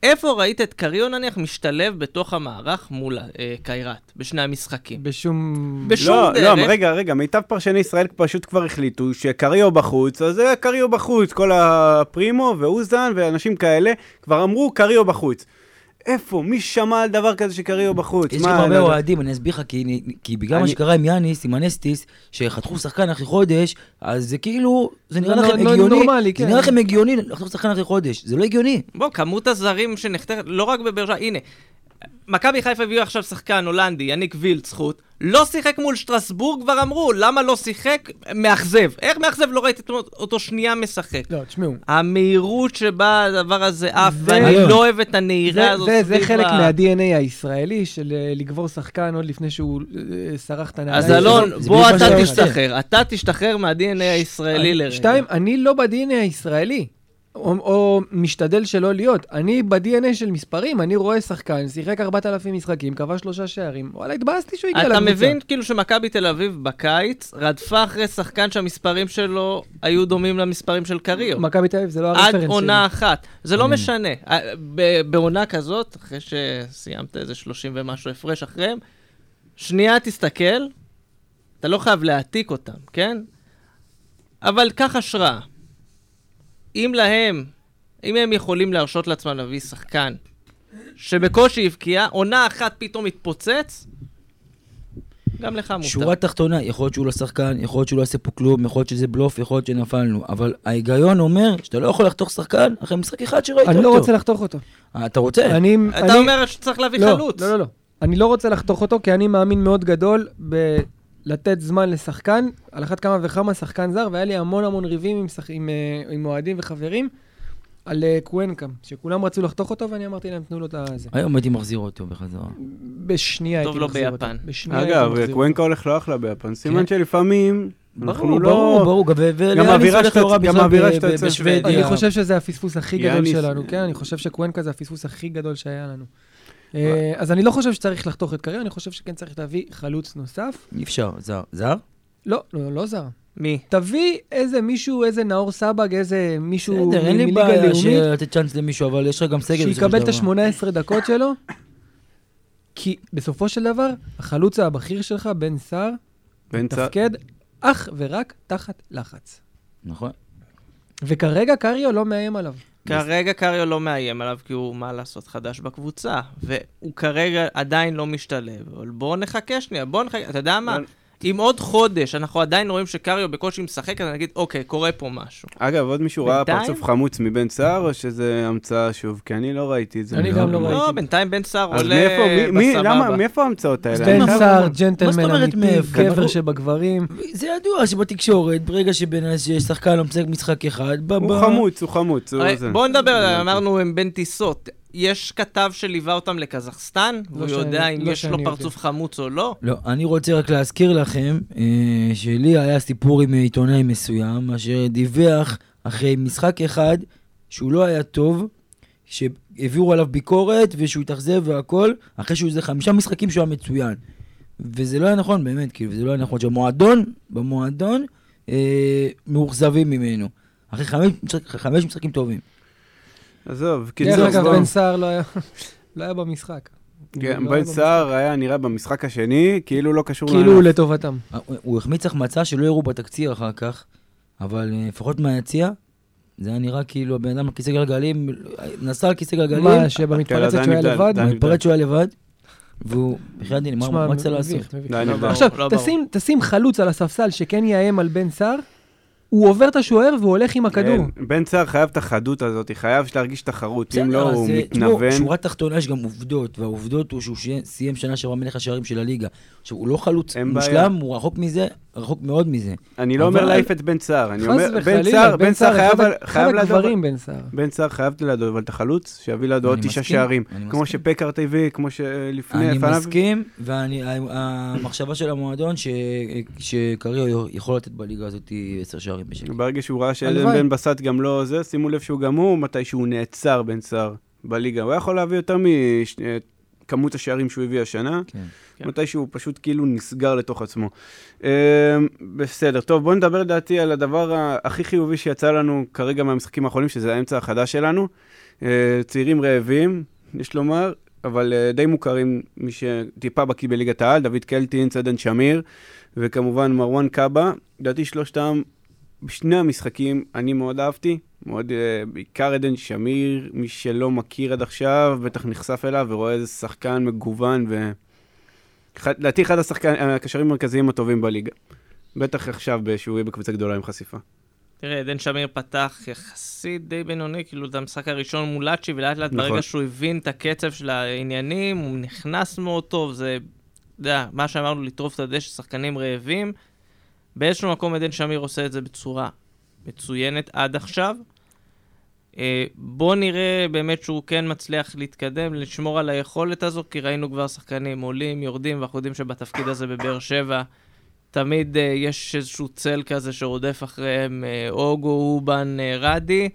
S3: איפה ראית את קריו נניח משתלב בתוך המערך מול אה, קיירת, בשני המשחקים?
S2: בשום...
S3: בש- בשום
S1: לא,
S3: דרך.
S1: לא, אבל רגע, רגע, מיטב פרשני ישראל פשוט כבר החליטו שקריו בחוץ, אז זה קריו בחוץ, כל הפרימו ואוזן ואנשים כאלה כבר אמרו קריו בחוץ. איפה? מי שמע על דבר כזה שקריו בחוץ?
S4: יש
S1: מה,
S4: גם
S1: אני לא
S4: הרבה
S1: יודע.
S4: אוהדים, אני אסביר לך, כי- כי בגלל מה
S1: אני-
S4: שקרה עם יאניס, עם הנסטיס, שחתכו שחקן אחרי חודש, אז זה כאילו, זה נראה
S2: לא,
S4: לכם
S2: לא, לא
S4: הגיוני,
S2: נורמלי,
S4: זה
S2: כן.
S4: נראה לכם הגיוני לחתוך שחקן אחרי חודש, זה לא הגיוני.
S3: בוא, כמות הזרים שנחתכת, לא רק בבאר שבע, הנה. מכבי חיפה הביאו עכשיו שחקן הולנדי, יניק וילצחוט, לא שיחק מול שטרסבורג, כבר אמרו, למה לא שיחק? מאכזב. איך מאכזב? לא ראיתי אותו- אותו שנייה משחק.
S2: לא, תשמעו.
S3: המהירות שבה הדבר הזה עף,
S2: זה-
S3: ואני
S4: היום.
S3: לא אוהב את הנהירה
S2: זה-
S3: הזאת
S2: זה-
S3: סביב
S2: זה חלק
S3: ה-
S2: מה-DNA הישראלי של אה, לגבור שחקן עוד לפני שהוא אה, סרח את הנעליים.
S3: אז
S2: שלו.
S3: אלון,
S4: זה
S3: בוא
S4: בדיוק מה
S3: אתה
S4: שאני רוצה.
S3: תשתחרר. אה, אתה תשתחרר מה-DNA הישראלי לרגע.
S2: שתיים, אני לא ב-DNA הישראלי, או, או משתדל שלא להיות. אני ב-DNA של מספרים, אני רואה שחקן, שיחק 4,000 משחקים, כבש שלושה שערים. וואלה, התבאסתי שהוא הגיע
S3: אתה
S2: לקבוצה.
S3: מבין כאילו שמכבי תל אביב בקיץ רדפה אחרי שחקן שהמספרים שלו היו דומים למספרים של קריו.
S2: מכבי תל אביב זה לא
S3: עד
S2: הרפרנס שלי.
S3: עונה אחת. זה
S2: כן.
S3: לא משנה. אה, ב- בעונה כזאת, אחרי שסיימת איזה 30 ומשהו הפרש אחריהם, שנייה תסתכל, אתה לא חייב להעתיק אותם, כן? אבל קח השראה. אם להם, אם הם יכולים להרשות לעצמם להביא שחקן שבקושי הבקיע, עונה אחת פתאום התפוצץ, גם לך מותר.
S4: שורה תחתונה, יכול להיות שהוא לא שחקן, יכול להיות שהוא לא עושה פה כלום, יכול להיות שזה בלוף, יכול להיות שנפלנו, אבל ההיגיון אומר שאתה לא יכול לחתוך שחקן אחרי משחק אחד שראית
S2: אני
S4: אותו.
S2: לא רוצה לחתוך אותו.
S4: אה, אתה רוצה?
S2: אני...
S3: אתה
S2: אני-
S3: אומר שצריך להביא
S2: לא,
S3: חלוץ.
S2: לא, לא, לא. אני לא רוצה לחתוך אותו, כי אני מאמין מאוד גדול ב... לתת זמן לשחקן, על אחת כמה וכמה שחקן זר, והיה לי המון המון ריבים עם, שח... עם, אה, עם אוהדים וחברים על אה, קוונקה, שכולם רצו לחתוך אותו, ואני אמרתי להם, תנו לו את הזה.
S4: היום הייתי מחזיר אותו בחזרה.
S2: בשנייה
S3: טוב
S2: הייתי
S3: לו
S2: מחזיר אותו.
S3: ביפן.
S2: בשנייה הייתי מחזיר
S1: אגב,
S2: אותו.
S1: קוונקה הולך לא אחלה ביפן,
S4: כן.
S1: סימן שלפעמים אנחנו
S4: ברור,
S1: לא...
S4: ברור, ברור, גם
S1: האווירה שאתה- גם האווירה שאתה יוצא-
S4: אה, בשוודיה.
S2: אני חושב שזה הפספוס הכי גדול
S1: יאניס-
S2: שלנו, כן? אני חושב שקוונקה זה הפספוס הכי גדול שהיה לנו. אה, אז אני לא חושב שצריך לחתוך את קריו, אני חושב שכן צריך להביא חלוץ נוסף.
S4: אי אפשר, זר. זר?
S2: לא, לא, לא זר.
S3: מי?
S2: תביא איזה מישהו, איזה נאור סבג, איזה מישהו
S4: בסדר, אין לי
S2: מליגה
S4: בעיה
S2: לאומית,
S4: לתת צ'אנס למישהו, אבל יש לך גם סגל. בסופו של
S2: שיקבל את
S4: דבר.
S2: ה-18 דקות שלו, כי בסופו של דבר, החלוץ הבכיר שלך, בן סער,
S1: בן צ-
S2: תפקד אך ורק תחת לחץ.
S4: נכון.
S2: וכרגע קריו לא מאיים עליו.
S3: כרגע קריו לא מאיים עליו, כי הוא, מה לעשות, חדש בקבוצה. והוא כרגע עדיין לא משתלב. אבל בואו נחכה שנייה, בואו נחכה, אתה יודע מה?
S1: אבל-
S3: אם עוד חודש אנחנו עדיין רואים שקריו בקושי משחק, אז נגיד, אוקיי, קורה פה משהו.
S1: אגב, עוד מישהו ראה
S3: בינתיים?
S1: פרצוף חמוץ מבן סער, או שזה המצאה שוב? כי אני לא ראיתי את זה.
S2: אני גם לא ראיתי.
S3: לא, בינתיים בן סער
S1: אז
S3: עולה
S1: מאיפה- מי- מי- למה-
S3: בסבבה.
S1: מאיפה ההמצאות האלה? אני
S2: בן
S1: חייב
S2: סער,
S1: לומר.
S4: מה זאת
S2: ג'נטלמן
S4: אומרת
S2: אמיתי,
S4: מאיפה?
S2: גבר
S4: ברור.
S2: שבגברים.
S4: זה ידוע שבתקשורת, ברגע ששחקן לא משחק משחק אחד, ב-
S1: הוא
S4: ב-
S1: חמוץ, הוא חמוץ. הוא
S3: הרי,
S1: זה. לא
S3: בואו נדבר, על- אמרנו הם בין טיסות. יש כתב שליווה אותם לקזחסטן, והוא
S2: שאני-
S3: יודע אם
S2: לא
S3: יש
S2: שאני
S3: לו
S2: יודע.
S3: פרצוף חמוץ או לא.
S4: לא, אני רוצה רק להזכיר לכם אה, שלי היה סיפור עם עיתונאי מסוים, אשר דיווח אחרי משחק אחד שהוא לא היה טוב, שהעבירו עליו ביקורת ושהוא התאכזב והכל, אחרי שהוא איזה חמישה משחקים שהוא היה מצוין. וזה לא היה נכון באמת, כאילו, זה לא היה נכון שהמועדון, במועדון, אה, מאוכזבים ממנו. אחרי חמש, משחק- חמש משחקים טובים.
S1: עזוב,
S2: דרך
S1: קיצור,
S2: אגב,
S1: בוא.
S2: בן סער לא היה- לא היה במשחק.
S1: כן,
S2: לא היה
S1: בן
S2: במשחק.
S1: סער היה נראה במשחק השני, כאילו לא קשור
S2: כאילו הוא לטובתם.
S4: אה, הוא- הוא החמיץ החמצה שלא יראו בתקציר אחר כך, אבל אה, לפחות מהיציע, זה היה נראה כאילו הבן אדם על כיסא גלגלים, אה, נסע על כיסא גלגלים,
S2: מה, שבמתפרצת
S1: כן,
S2: שהוא
S1: עדיין
S2: היה לבד?
S1: נבדל, עדיין.
S4: מתפרץ שהוא היה לבד, והוא, בחייאת דין, מה
S2: תשמע,
S4: מה צריך
S2: מביך,
S4: לעשות?
S2: מביך.
S1: די, נבדל.
S2: עכשיו,
S3: לא ברור.
S2: תשים- תשים חלוץ על הספסל שכן יאיים על בן סער, הוא עובר את השוער והוא הולך עם הכדור.
S1: כן, בן סער חייב את החדות הזאת, חייב להרגיש תחרות, אם
S4: בסדר,
S1: לא
S4: אז,
S1: הוא
S4: אה, תשמעו,
S1: מתנוון.
S4: שורה תחתונה יש גם עובדות, והעובדות הוא שהוא שי- סיים שנה שעברה מלך השערים של הליגה. עכשיו, הוא לא חלוץ
S1: אין בעיה.
S4: מושלם, הוא רחוק מזה, רחוק מאוד מזה.
S1: אני לא אומר
S4: אבל-
S1: להעיף את בן סער, אני אומר,
S2: חס
S1: בן
S2: וחלילה,
S1: סער, בן סער חייב,
S2: אחד ה-
S1: חייב
S2: אחד
S1: לידו,
S2: הגברים בן סער.
S1: בן סער חייב לידו, אבל את החלוץ, שיביא לידו עוד
S4: אני
S1: תשעה
S4: מסכים,
S1: שערים,
S4: אני
S1: כמו
S4: מסכים.
S1: שפקארט הביא, כמו שלפני,
S4: אני
S1: לפניו.
S4: מסכים, והמחשבה של המועדון ש- אה, שקריו יכול לתת בליגה הזאת 10 שערים בשקט.
S1: ברגע שהוא ראה שאלן
S2: הלוואי.
S1: בן בסט גם לא זה, שימו לב שהוא גם הוא, מתי שהוא נעצר בן סער בליגה. הוא היה יכול להביא יותר מכמות השערים שהוא הביא השנה,
S4: כן.
S3: כן.
S1: מתי שהוא פשוט כאילו נסגר לתוך עצמו. אמ, בסדר, טוב, בואו נדבר לדעתי על הדבר ה- הכי חיובי שיצא לנו כרגע מהמשחקים האחרונים, שזה האמצע החדש שלנו. אה, צעירים רעבים, יש לומר, אבל אה, די מוכרים, מי שטיפה בקיא בליגת העל, דוד קלטינס, עדן שמיר, וכמובן מרואן קאבה. לדעתי שלושתם, בשני המשחקים, אני מאוד אהבתי. מאוד, אה, בעיקר עדן שמיר, מי שלא מכיר עד עכשיו, בטח נחשף אליו ורואה איזה שחקן מגוון ו... אחד- לדעתי אחד השחקן- הקשרים המרכזיים הטובים בליגה. בטח עכשיו שהוא יהיה בקבוצה גדולה עם חשיפה.
S3: תראה, עדן שמיר פתח יחסית די בינוני, כאילו את המשחק הראשון מול לאצ'י, ולאט לאט
S1: נכון.
S3: ברגע שהוא הבין את הקצב של העניינים, הוא נכנס מאוד טוב, זה, אתה יודע, מה שאמרנו, לטרוף את הדשא, שחקנים רעבים. באיזשהו מקום עדן שמיר עושה את זה בצורה מצוינת עד עכשיו. אה, בוא נראה באמת שהוא כן מצליח להתקדם, לשמור על היכולת הזו, כי ראינו כבר שחקנים עולים, יורדים, ואנחנו יודעים שבתפקיד הזה בבאר שבע תמיד אה, יש איזשהו צל כזה שרודף אחריהם אה, אוגו, אובן, אה, רדי,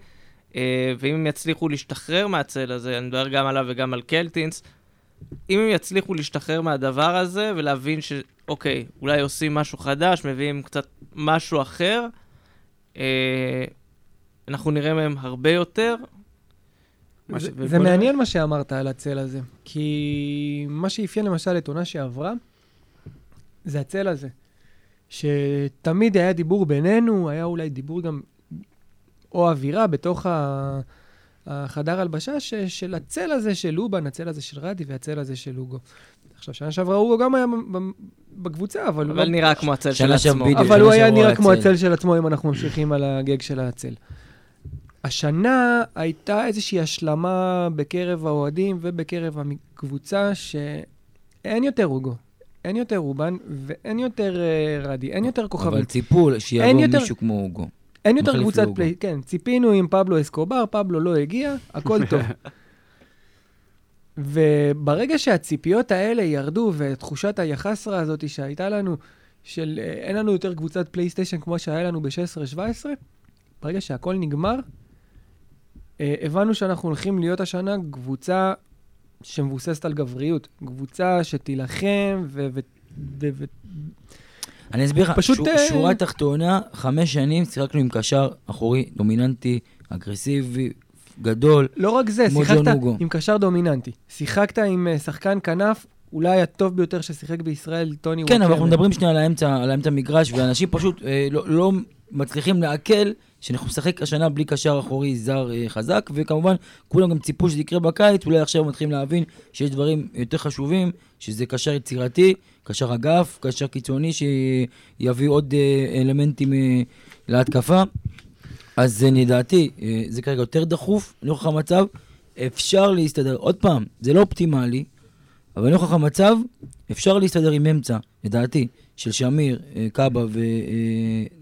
S3: אה, ואם הם יצליחו להשתחרר מהצל הזה, אני מדבר גם עליו וגם על קלטינס, אם הם יצליחו להשתחרר מהדבר הזה ולהבין שאוקיי, אולי עושים משהו חדש, מביאים קצת משהו אחר, אה, אנחנו נראה מהם הרבה יותר.
S1: מה ש-
S2: זה-
S3: ובוא
S2: זה
S3: נראה.
S2: מעניין מה שאמרת על הצל הזה, כי מה שאפיין למשל את עונה שעברה, זה הצל הזה. שתמיד היה דיבור בינינו, היה אולי דיבור גם, או אווירה בתוך ה- החדר הלבשה ש, של הצל הזה של לובן, הצל הזה של רדי והצל הזה של אוגו. עכשיו, שנה שעברה אוגו גם היה ב- ב- בקבוצה, אבל... הוא
S3: אבל
S2: לא-
S3: נראה כמו הצל של
S4: שנה שעברה
S3: עצמו.
S4: בדיוק.
S2: אבל הוא
S4: זה
S2: היה
S4: שהוא
S2: נראה
S4: הצל.
S2: כמו הצל של עצמו, אם אנחנו ממשיכים על הגג של הצל. השנה הייתה איזושהי השלמה בקרב האוהדים ובקרב הקבוצה שאין יותר אוגו, אין יותר רובן ואין יותר אה, רדי, אין יותר כוכבים.
S4: אבל ציפו
S2: אין
S4: שיבוא
S2: יותר-
S4: מישהו כמו אוגו.
S2: אין יותר
S4: מחליף
S2: קבוצת
S4: לאוגו.
S2: פליי, כן, ציפינו עם פבלו אסקובר, פבלו לא הגיע, הכל טוב. וברגע שהציפיות האלה ירדו, ותחושת היחסרה הזאת שהייתה לנו, של אה, אין לנו יותר קבוצת פלייסטיישן כמו שהיה לנו ב-16-17, ברגע שהכל נגמר, אה, הבנו שאנחנו הולכים להיות השנה קבוצה שמבוססת על גבריות. קבוצה שתילחם ו... ו- ו- ו-
S4: אני אסביר לך,
S2: פשוט,
S4: שו-
S2: אה,
S4: שורה תחתונה, חמש שנים שיחקנו עם קשר אחורי, דומיננטי, אגרסיבי, גדול.
S2: לא רק זה,
S4: כמו
S2: שיחקת
S4: ג'ון הוגו.
S2: עם קשר דומיננטי. שיחקת עם אה, שחקן כנף, אולי הטוב ביותר ששיחק בישראל, טוני
S4: כן, אבל
S2: ווקר.
S4: אנחנו מדברים שנייה על האמצע, על האמצע מגרש, ואנשים פשוט אה, לא- לא מצליחים לעכל שאנחנו נשחק השנה בלי קשר אחורי זר אה, חזק, וכמובן, כולם גם ציפו שזה יקרה בקיץ, אולי עכשיו הם מתחילים להבין שיש דברים יותר חשובים, שזה קשר יצירתי, קשר אגף, קשר קיצוני שיביא עוד אה, אלמנטים אה, להתקפה. אז אה, לדעתי, אה, זה כרגע יותר דחוף, נוכח המצב, אפשר להסתדר. עוד פעם, זה לא אופטימלי, אבל נוכח המצב, אפשר להסתדר עם אמצע, לדעתי, של שמיר, אה, קאבה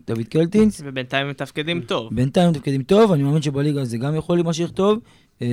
S4: ודוד קלטינס.
S3: ובינתיים הם מתפקדים טוב.
S4: בינתיים הם מתפקדים טוב, אני מאמין שבליגה זה גם יכול להימשך טוב. אה,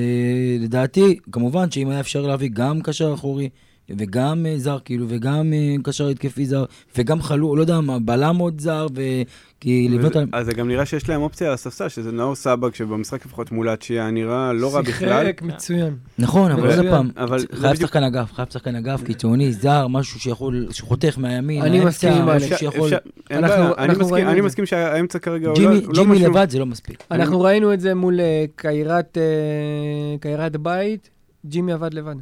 S4: לדעתי, כמובן שאם היה אפשר להביא גם קשר אחורי, וגם אה, זר, כאילו, וגם אה, קשר התקפי זר, וגם חלו, לא יודע מה, בלם עוד זר, וכי לבנות על...
S1: אז זה גם נראה שיש להם אופציה על הספסל, שזה נאור סבק, שבמשחק לפחות מול אצ'יה נראה לא רע בכלל.
S2: שיחק מצוין.
S4: נכון, אבל עוד
S2: מצוין,
S4: פעם,
S1: אבל זה
S4: חייב
S1: בדיוק- אה.
S4: שחקן אגף, חייב שחקן אגף, קיצוני, זר, משהו שיכול, שחותך מהימין,
S2: אני
S4: האמצע,
S2: מסכים עם
S4: משהו
S2: אלכס.
S1: אפשר-
S4: שיכול...
S1: אפשר- אין
S2: אנחנו-
S1: בעיה, אני
S2: אנחנו
S1: מסכים-
S2: ראינו
S1: אני
S2: את זה.
S1: מסכים שהאמצע כרגע הוא לא
S4: ג'ימי,
S1: הוא לא
S4: ג'ימי
S1: משהו.
S4: לבד זה לא מספיק.
S2: אנחנו ראינו את זה מול אה, קיירת, אה, קיירת בית, ג'ימי עבד לבד.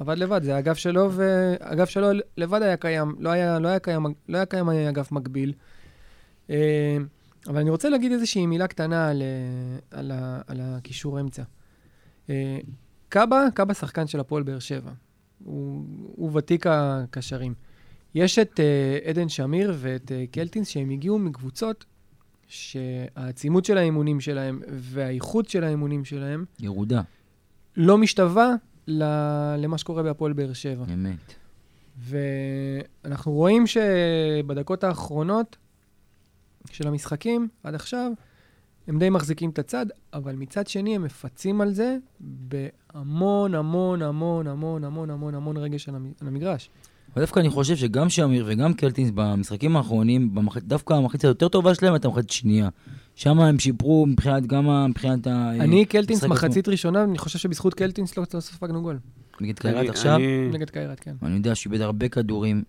S2: עבד לבד, זה האגף שלו, והאגף שלו לבד היה קיים, לא היה, לא היה, קיים, לא היה קיים אגף מקביל. אה, אבל אני רוצה להגיד איזושהי מילה קטנה על, אה, על, ה- על הקישור אמצע. אה, קאבה, קאבה שחקן של הפועל באר שבע. הוא, הוא ותיק הקשרים. יש את אה, עדן שמיר ואת אה, קלטינס, שהם הגיעו מקבוצות שהעצימות של האימונים שלהם והאיכות של האימונים שלהם
S4: ירודה,
S2: לא משתווה ל- למה שקורה בהפועל באר שבע.
S4: אמת.
S2: ואנחנו רואים שבדקות האחרונות של המשחקים, עד עכשיו, הם די מחזיקים את הצד, אבל מצד שני הם מפצים על זה בהמון המון המון המון המון המון המון רגש על המ- על המגרש.
S4: אבל דווקא אני חושב שגם שמיר וגם קלטינס במשחקים האחרונים, במח... דווקא המחצית היותר טובה שלהם הייתה מחצית שנייה. שם הם שיפרו מבחינת, גם ה- מבחינת ה...
S2: אני קלטינס
S4: משחק
S2: מחצית ראשונה, אני חושב שבזכות קלטינס לא לא ספגנו גול.
S4: עצמו. נגיד
S1: אני-
S4: קיירת עכשיו,
S1: אני-
S2: נגד קיירת, כן.
S4: אני יודע שהוא איבד הרבה כדורים,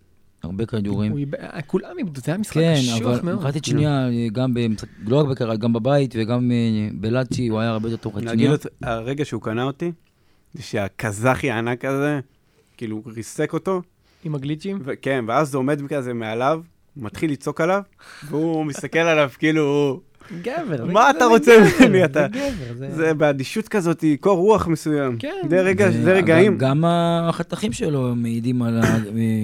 S4: הרבה כדורים.
S2: הוא איבד- כולם איבדו, זה היה משחק
S4: כן,
S2: קשוח
S4: אבל
S2: מאוד.
S4: מחצית שנייה, אה, גם במשחק, לא רק בקיירת, גם בבית וגם אה, בלאצ'י, הוא היה הרבה יותר טוב מחצית
S1: נגיד
S4: שנייה.
S1: את הרגע שהוא קנה אותי, זה שהקזחי הענק הזה, כאילו ריסק אותו,
S2: עם הגליצ'ים?
S1: ו- כן, ואז זה עומד כזה מעליו, מתחיל לצעוק עליו, והוא מסתכל עליו כאילו,
S2: גבר.
S1: מה
S2: זה-
S1: אתה
S2: זה
S1: רוצה
S2: גבר,
S1: ממני? אתה-
S2: זה גבר, זה...
S1: זה באדישות כזאת, קור רוח מסוים.
S2: כן.
S1: זה רגע, זה
S4: וגם-
S1: רגעים.
S4: גם החתכים שלו מעידים על ה- אה,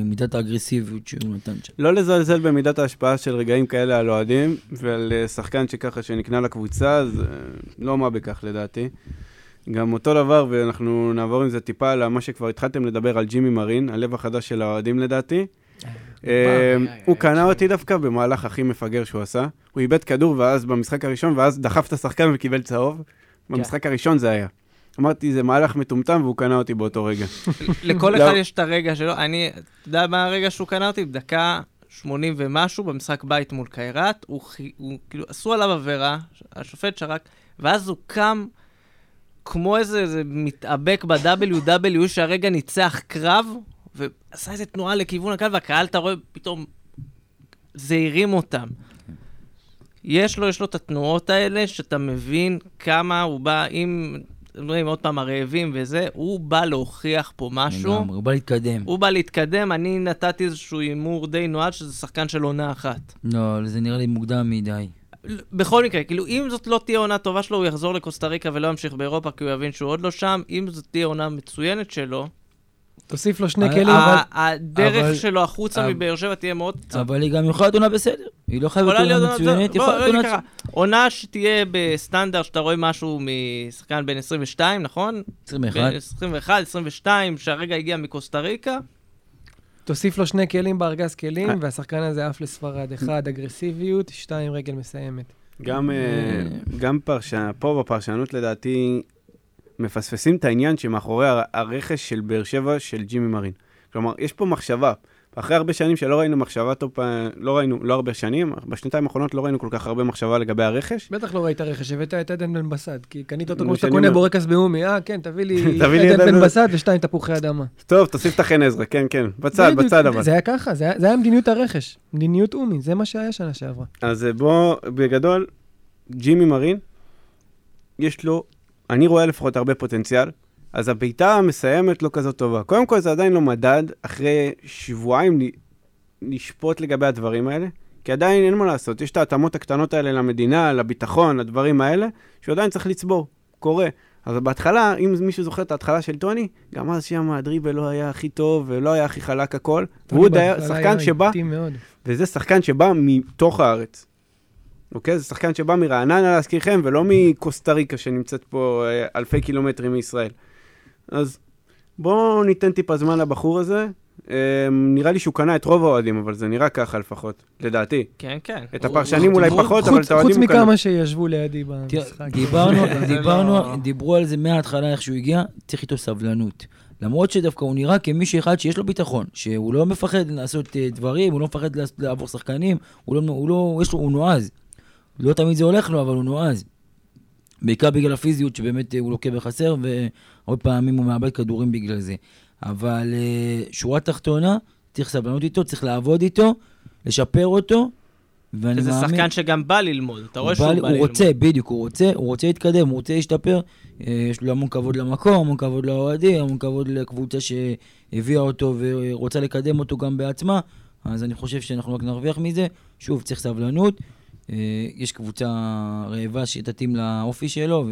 S4: מידת האגרסיביות שהוא נתן שם.
S1: לא לזלזל במידת ההשפעה של רגעים כאלה על אוהדים, ועל אה, שחקן שככה שנקנה לקבוצה, אז אה, לא מה בכך לדעתי. גם אותו דבר, ואנחנו נעבור עם זה טיפה על מה שכבר התחלתם לדבר, על ג'ימי מרין, הלב החדש של האוהדים לדעתי. אה, הוא קנה אותי דווקא במהלך הכי מפגר שהוא עשה. הוא איבד כדור ואז במשחק הראשון, ואז דחף את השחקן וקיבל צהוב. במשחק הראשון זה היה. אמרתי, זה מהלך מטומטם, והוא קנה אותי באותו רגע.
S3: לכל
S1: לא.
S3: אחד יש את הרגע שלו. אני, אתה יודע מה הרגע שהוא קנה אותי? בדקה 80 ומשהו, במשחק בית מול קיירת, הוא חי- הוא כאילו, עשו עליו עבירה, השופט שרק, ואז הוא קם כמו איזה איזה מתאבק ב-WW שהרגע ניצח קרב, ועשה איזה תנועה לכיוון הקהל, והקהל, אתה רואה, פתאום זה הרים אותם. יש לו, יש לו את התנועות האלה, שאתה מבין כמה הוא בא, אם, אומרים עוד פעם, הרעבים וזה, הוא בא להוכיח פה משהו.
S4: לגמרי, הוא בא להתקדם.
S3: הוא בא להתקדם, אני נתתי איזשהו הימור די נועד, שזה שחקן של עונה אחת.
S4: לא, זה נראה לי מוקדם מדי.
S3: בכל מקרה, כאילו, אם זאת לא תהיה עונה טובה שלו, הוא יחזור לקוסטה ריקה ולא ימשיך באירופה, כי הוא יבין שהוא עוד לא שם. אם זאת תהיה עונה מצוינת שלו,
S2: תוסיף לו שני
S4: אה,
S2: כלים.
S4: אבל-
S3: ה- הדרך
S4: אבל-
S3: שלו החוצה
S4: אבל-
S3: מבאר שבע תהיה מאוד קצרה.
S4: אבל היא גם יכולה להיות עונה בסדר. היא לא חייבת
S3: יכולה להיות
S4: להיות עונה
S3: עונה
S4: מצוינת,
S3: בוא,
S4: יכולה
S3: לא
S4: להיות
S3: נגיד
S4: עונה...
S3: ככה, עונה שתהיה בסטנדרט, שאתה רואה משהו משחקן בן 22, נכון?
S4: 21.
S3: ב- 21, 22, שהרגע הגיע מקוסטה ריקה.
S2: תוסיף לו שני כלים בארגז כלים,
S1: אה.
S2: והשחקן הזה עף לספרד. אחד, אגרסיביות, שתיים, רגל מסיימת.
S1: גם, אה, גם פרשן, פה בפרשנות לדעתי מפספסים את העניין שמאחורי הר- הרכש של באר שבע של ג'ימי מרין. כלומר, יש פה מחשבה. אחרי הרבה שנים שלא ראינו מחשבה טוב, אה, לא ראינו, לא הרבה שנים, בשנתיים האחרונות לא ראינו כל כך הרבה מחשבה לגבי הרכש.
S2: בטח לא ראית רכש, הבאת את עדן בן בסט, כי קנית אותו
S1: נו,
S2: כמו שאתה
S1: שאני
S2: קונה
S1: אומר.
S2: בורקס באומי, אה, כן, תביא לי
S1: תביא לי
S2: עדן
S1: עדן
S2: בן
S1: בן-
S2: בסט ושתיים תפוחי אדמה.
S1: טוב, תוסיף את החן עזרא, כן, כן, בצד,
S2: בדיוק,
S1: בצד אבל.
S2: זה היה ככה, זה היה- זה היה מדיניות הרכש, מדיניות אומי, זה מה שהיה שנה שעברה.
S1: אז אה, בוא, בגדול, ג'ימי מרין, יש לו, אני רואה לפחות הרבה פוטנציאל, אז הבעיטה המסיימת לא כזאת טובה. קודם כל, זה עדיין לא מדד, אחרי שבועיים ל- לשפוט לגבי הדברים האלה, כי עדיין אין מה לעשות, יש את ההתאמות הקטנות האלה למדינה, לביטחון, לדברים האלה, שעדיין צריך לצבור, קורה. אז בהתחלה, אם מישהו זוכר את ההתחלה של טוני, גם אז שם הדריבל לא היה הכי טוב ולא היה הכי חלק הכל. והוא עוד היה
S2: בהתחלה
S1: שחקן שבא לא,
S2: איטי מאוד.
S1: וזה שחקן שבא מתוך הארץ. אוקיי? זה שחקן שבא מרעננה להזכירכם, ולא מקוסטה ריקה שנמצאת פה אה, אלפי קילומטרים מישראל. אז בואו ניתן טיפה זמן לבחור הזה. אה, נראה לי שהוא קנה את רוב האוהדים, אבל זה נראה ככה לפחות, לדעתי.
S3: כן, כן.
S1: את הפרשנים אולי
S3: הוא-
S1: פחות, אבל
S2: חוץ-
S1: את האוהדים
S2: חוץ
S1: הוא קנה.
S2: מכמה שישבו לידי במשחק.
S4: דיברנו,
S3: זה לא-
S4: דיברנו, דיברו על זה מההתחלה, איך שהוא הגיע, צריך איתו סבלנות. למרות שדווקא הוא נראה כמישהו אחד שיש לו ביטחון, שהוא לא מפחד לעשות אה, דברים, הוא לא מפחד לעשות- לעבור שחקנים, הוא לא, הוא לא, יש לו, הוא נועז. לא תמיד זה הולך לו, אבל הוא נועז. בעיקר בגלל הפיזיות, שבאמת אה, הוא לוקה בחסר, והרבה פעמים הוא מאבד כדורים בגלל זה. אבל אה, שורה תחתונה, צריך סבלנות איתו, צריך לעבוד איתו, לשפר אותו, ואני
S3: שזה
S4: מאמין...
S3: שחקן שגם בא ללמוד, אתה רואה
S4: הוא
S3: שהוא
S4: בא-
S3: בא ללמוד.
S4: הוא רוצה, בדיוק, הוא רוצה, הוא רוצה להתקדם, הוא רוצה להשתפר. אה, יש לו המון כבוד למקום, המון כבוד לאוהדים, המון כבוד לקבוצה שהביאה אותו ורוצה לקדם אותו גם בעצמה. אז אני חושב שאנחנו רק נרוויח מזה. שוב, צריך סבלנות. אה, יש קבוצה רעבה שתתאים לאופי שלו,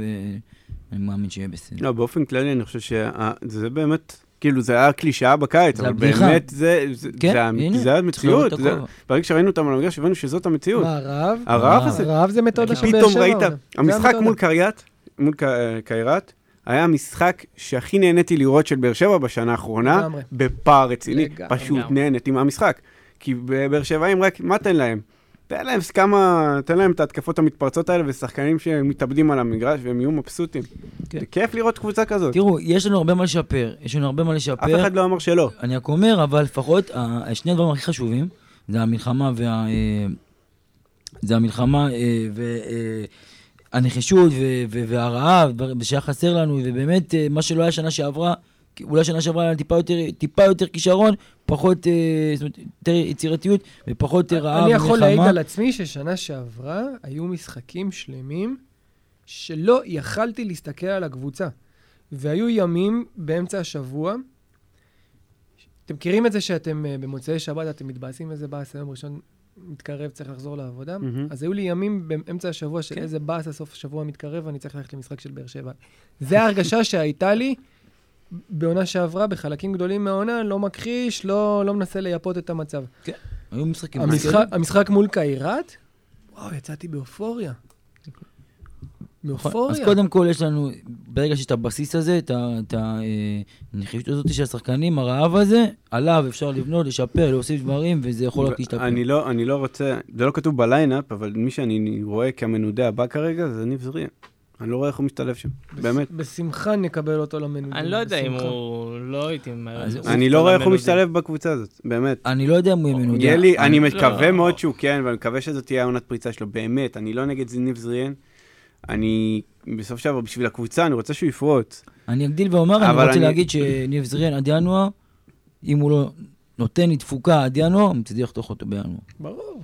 S4: ואני מאמין שיהיה בסדר.
S1: לא, באופן כללי אני חושב שזה באמת, כאילו זה היה קלישאה בקיץ,
S4: זה
S1: אבל
S4: הבדיחה.
S1: באמת זה- זה-
S4: כן,
S1: זה ה-
S4: הנה,
S1: זה
S4: צריך
S1: המציאות.
S4: להוריד את
S1: זה-
S4: הכובע.
S1: ברגע שראינו אותם על המגרש, הבנו שזאת המציאות.
S2: מה, רב?
S1: הרעב
S4: מה?
S1: הזה,
S2: רב זה מתודה של באר שבע.
S1: פתאום ראית,
S2: אבל. זה
S1: המשחק
S2: המתודה.
S1: מול קרייאת, מול ק- אה, קרייאת, היה המשחק שהכי נהניתי לראות של באר שבע בשנה האחרונה,
S2: לגמרי.
S1: בפער רציני.
S2: לגמרי.
S1: פשוט נהניתי מהמשחק. כי בבאר שבעים רק, מה תן להם? תן להם כמה, תן להם את ההתקפות המתפרצות האלה ושחקנים שמתאבדים על המגרש והם יהיו מבסוטים.
S4: כן.
S1: זה כיף לראות קבוצה כזאת.
S4: תראו, יש לנו הרבה מה לשפר, יש לנו הרבה מה
S1: אף
S4: לשפר.
S1: אחד לא אמר שלא.
S4: אני רק אומר, אבל לפחות ה- שני הדברים הכי חשובים, זה המלחמה וה... אה, זה המלחמה אה, והנחישות והרעב, דבר- שהיה חסר לנו, ובאמת, אה, מה שלא היה שנה שעברה, כי אולי שנה שעברה היה טיפה יותר, טיפה יותר כישרון, פחות, אה, זאת אומרת, יותר יצירתיות ופחות אה, רעב
S2: אני יכול להעיד
S4: ומלחמה.
S2: על עצמי ששנה שעברה היו משחקים שלמים שלא יכלתי להסתכל על הקבוצה. והיו ימים באמצע השבוע, אתם מכירים את זה שאתם אה, במוצאי שבת, אתם מתבאסים איזה באס, היום ראשון מתקרב, צריך לחזור לעבודה?
S1: מהמם.
S2: אז היו לי ימים באמצע השבוע של איזה באס, הסוף השבוע מתקרב, אני צריך ללכת למשחק של באר שבע. זה ההרגשה שהייתה לי בעונה שעברה, בחלקים גדולים מהעונה, לא מכחיש, לא, לא מנסה לייפות את המצב.
S4: היו משחקים.
S2: המשחק, המשחק מול קיירת, וואו, יצאתי באופוריה.
S4: נכון. אז
S2: מאופוריה.
S4: קודם כל יש לנו, ברגע שיש את הבסיס הזה, את ה- את הנחישות הזאת של השחקנים, הרעב הזה, עליו אפשר לבנות, לשפר, להוסיף דברים, וזה יכול רק להשתפר.
S1: אני לא, אני לא רוצה, זה לא כתוב בליינאפ, אבל מי שאני רואה כמנודה הבא כרגע זה ניב זריה. אני לא רואה איך הוא משתלב שם, באמת.
S2: בשמחה נקבל אותו למנודים.
S3: אני לא יודע אם
S2: בשמחה.
S3: הוא... לא הייתי...
S4: אז הוא-
S1: אני לא רואה איך הוא משתלב בקבוצה הזאת, באמת.
S4: אני לא יודע אם הוא יהיה מנודה.
S1: יהיה לי, אני
S3: לא.
S1: מקווה מאוד שהוא כן, ואני מקווה שזאת תהיה העונת פריצה שלו, באמת, אני לא נגד ניב זריאן. אני, בסוף שעבר, בשביל הקבוצה, אני רוצה שהוא יפרוץ.
S4: אני אגדיל ואומר,
S1: אבל
S4: אני רוצה
S1: אני-
S4: להגיד שניב זריאן עד ינואר, אם הוא לא נותן לי תפוקה עד ינואר, הוא מצליח לחתוך אותו בינואר.
S2: ברור.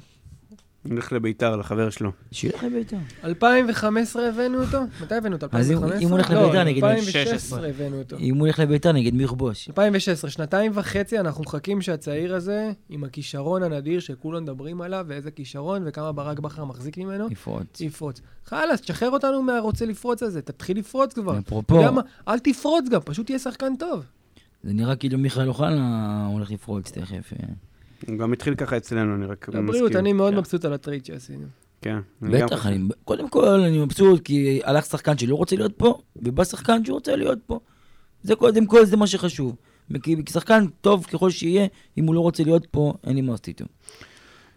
S1: אני הולך לביתר, לחבר שלו.
S4: שילך לביתר.
S2: 2015 הבאנו אותו? מתי הבאנו אותו?
S4: אז אם-
S2: 2015?
S4: אם הוא הולך
S2: לא,
S4: לביתר, נגיד,
S2: 2016 הבאנו אותו.
S4: אם הוא ילך לביתר, נגיד מי יכבוש?
S2: 2016, שנתיים וחצי אנחנו מחכים שהצעיר הזה, עם הכישרון הנדיר שכולם מדברים עליו, ואיזה כישרון, וכמה ברק בכר מחזיק ממנו,
S4: יפרוץ.
S2: יפרוץ. חלאס, תשחרר אותנו מהרוצה לפרוץ הזה, תתחיל לפרוץ כבר.
S4: אפרופו.
S2: אתה יודע מה? אל תפרוץ גם, פשוט תהיה שחקן טוב.
S4: זה נראה כאילו מיכאל אוחנה הולך לפרוץ תכף. אה.
S1: הוא גם התחיל ככה אצלנו, אני רק מזכיר.
S2: לבריאות, אני מאוד
S3: כן.
S2: מבסוט על הטרייד שעשינו.
S1: כן. אני גם
S4: בטח, אני, קודם כל אני מבסוט כי הלך שחקן שלא רוצה להיות פה, ובא שחקן שרוצה להיות פה. זה קודם כל, זה מה שחשוב. כי שחקן טוב ככל שיהיה, אם הוא לא רוצה להיות פה, אין לי מה לעשות איתו.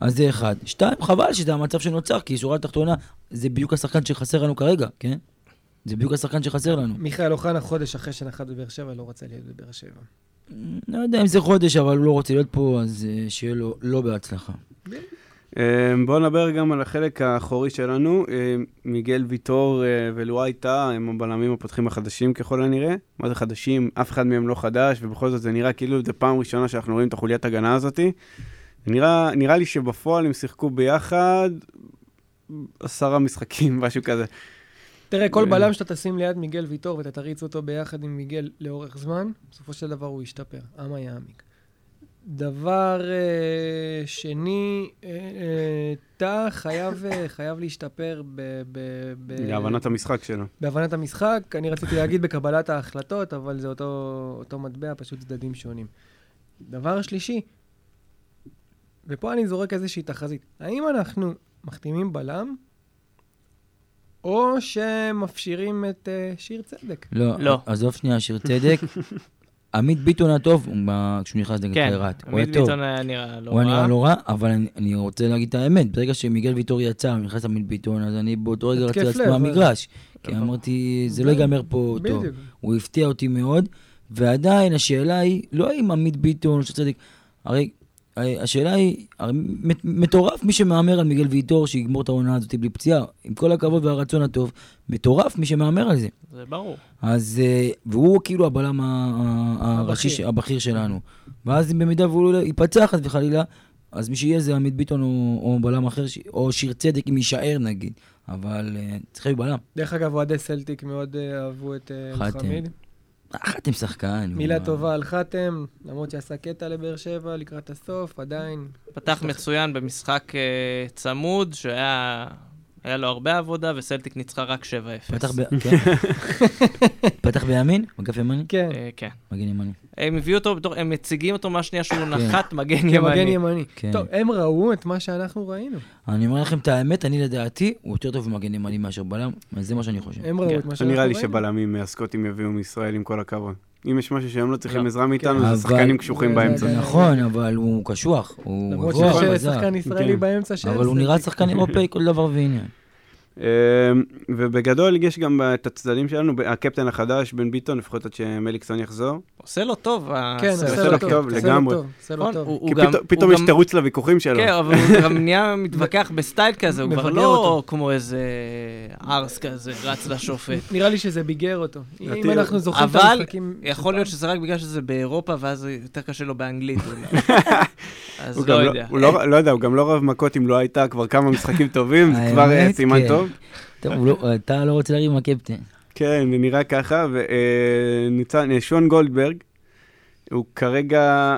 S4: אז זה אחד. שתיים, חבל שזה המצב שנוצר, כי שורה תחתונה, זה בדיוק השחקן שחסר לנו כרגע, כן? זה בדיוק השחקן שחסר לנו.
S2: מיכאל אוחנה חודש אחרי שנחת בבאר שבע, לא רצה להיות בבאר שבע.
S4: לא יודע אם זה חודש, אבל הוא לא רוצה להיות פה, אז אה, שיהיה לו לא בהצלחה.
S1: אה, בואו נדבר גם על החלק האחורי שלנו. אה, מיגל ויטור אה, ולואי טאה הם הבלמים הפותחים החדשים ככל הנראה. מה זה חדשים? אף אחד מהם לא חדש, ובכל זאת זה נראה כאילו זו פעם ראשונה שאנחנו רואים את החוליית הגנה הזאתי. נראה, נראה לי שבפועל הם שיחקו ביחד עשרה משחקים, משהו כזה.
S2: תראה, כל
S1: אה.
S2: בלם שאתה תשים ליד מיגל ויטור ואתה תריץ אותו ביחד עם מיגל לאורך זמן, בסופו של דבר הוא ישתפר, אמה יעמיק. דבר אה, שני, אה, אה, תא חייב, אה, חייב להשתפר ב, ב, ב,
S1: להבנת המשחק שלו.
S2: בהבנת המשחק. אני רציתי להגיד בקבלת ההחלטות, אבל זה אותו, אותו מטבע, פשוט צדדים שונים. דבר שלישי, ופה אני זורק איזושהי תחזית, האם אנחנו מחתימים בלם, או שמפשירים את uh, שיר צדק?
S4: לא,
S3: לא.
S4: עזוב שנייה, שיר צדק. עמית ביטון היה טוב ב- כשהוא נכנס נגד
S3: כן,
S4: קיירת. אוקיי, הוא היה
S3: עמית
S4: טוב.
S3: ביטון היה נראה לא
S4: הוא היה נראה
S3: רע.
S4: לא רע, אבל אני- אני רוצה להגיד את האמת. ברגע שמיגל ויטור יצא, ונכנס עמית ביטון, אז אני באותו רגע
S2: התקף
S4: רציתי
S2: לב,
S4: לעצמו
S2: אבל-
S4: מהמגרש. כי אמרתי, זה לא ייגמר פה טוב.
S2: בדיוק.
S4: הוא הפתיע אותי מאוד, ועדיין השאלה היא, לא האם עמית ביטון, או שצדק, הרי הרי השאלה היא, הרי מט- מטורף מי שמהמר על מיגל ויטור שיגמור את העונה הזאת בלי פציעה, עם כל הכבוד והרצון הטוב, מטורף מי שמהמר על זה.
S3: זה ברור.
S4: אז, אה, והוא כאילו הבלם ה- ה- הראשי, ש- הבכיר שלנו. ואז אם במידה והוא לא ייפצע חס וחלילה, אז מי שיהיה זה עמית ביטון או, או בלם אחר, ש- או שיר צדק אם יישאר נגיד, אבל אה, צריך להיות בלם.
S2: דרך אגב, אוהדי סלטיק מאוד אה, אהבו את אה,
S4: חתם.
S2: אלחמיד.
S4: אחת עם שחקן.
S2: מילה
S4: הוא-
S2: טובה על חתם, למרות שעשה קטע לבאר שבע לקראת הסוף, עדיין.
S3: פתח מצוין במשחק אה, צמוד, שהיה היה לו הרבה עבודה, וסלטיק ניצחה רק 7-0.
S4: פתח ב... כן. פתח בימין? מגף ימני?
S2: כן,
S3: אה, כן.
S4: מגן ימני.
S3: הם הביאו אותו, בתור- הם מציגים אותו מהשנייה שהוא נחת מגן
S2: כמגן
S3: ימני.
S2: ימני.
S4: כן.
S2: טוב, הם ראו את מה שאנחנו ראינו.
S4: אני אומר לכם את האמת, אני לדעתי, הוא יותר טוב במגן ימני מאשר בלם, אז זה מה שאני חושב.
S2: הם ראו
S3: כן.
S2: את מה שאנחנו
S1: נראה לי
S2: ראינו.
S1: שבלמים אה, הסקוטים יביאו מישראל עם כל הכבוד. אם יש משהו שהם לא צריכים עזרה מאיתנו,
S4: אבל-
S1: זה שחקנים קשוחים
S2: כן. זה-
S1: באמצע.
S2: זה-
S4: נכון, אבל הוא קשוח. הוא
S2: למרות
S4: גבוה, הוא
S2: שיש
S4: חזק.
S2: שחקן ישראלי
S1: כן.
S2: באמצע של...
S4: אבל הוא נראה שחקן אירופאי כל דבר ועניין.
S1: אמ, ובגדול יש גם את הצדדים שלנו, ב- הקפטן החדש, בן ביטון, לפחות עד שמליקסון יחזור.
S3: עושה לו טוב.
S2: כן,
S3: הסרט.
S1: עושה לו לא טוב,
S2: עושה לו
S1: לגמרי.
S2: טוב, עושה לו
S3: נכון,
S2: טוב.
S3: הוא- הוא
S1: כי
S3: גם-
S1: פתאום-
S3: הוא
S1: פתאום יש
S3: גם-
S1: תירוץ לוויכוחים שלו.
S3: כן, אבל הוא גם נהיה מתווכח בסטייל כזה, הוא כבר
S2: מבקר
S3: לא
S2: אותו.
S3: כמו איזה ארס כזה, רץ לשופט.
S2: נראה לי שזה ביגר אותו. אם
S1: לדעתי-
S2: אנחנו זוכרים את
S3: אבל
S2: המשחקים...
S3: יכול להיות שזה רק בגלל שזה באירופה, ואז זה יותר קשה לו באנגלית. אולי.
S1: הוא
S3: אז לא
S1: גם
S3: יודע.
S1: הוא לא- לא יודע, הוא גם לא רב מכות אם לא הייתה כבר כמה משחקים טובים, זה
S4: האמת,
S1: כבר אה, סימן
S4: כן.
S1: טוב.
S4: טוב, הוא לא- אתה לא רוצה לריב עם הקפטן.
S1: כן, זה נראה ככה, וניצן, אה, שון גולדברג, הוא כרגע,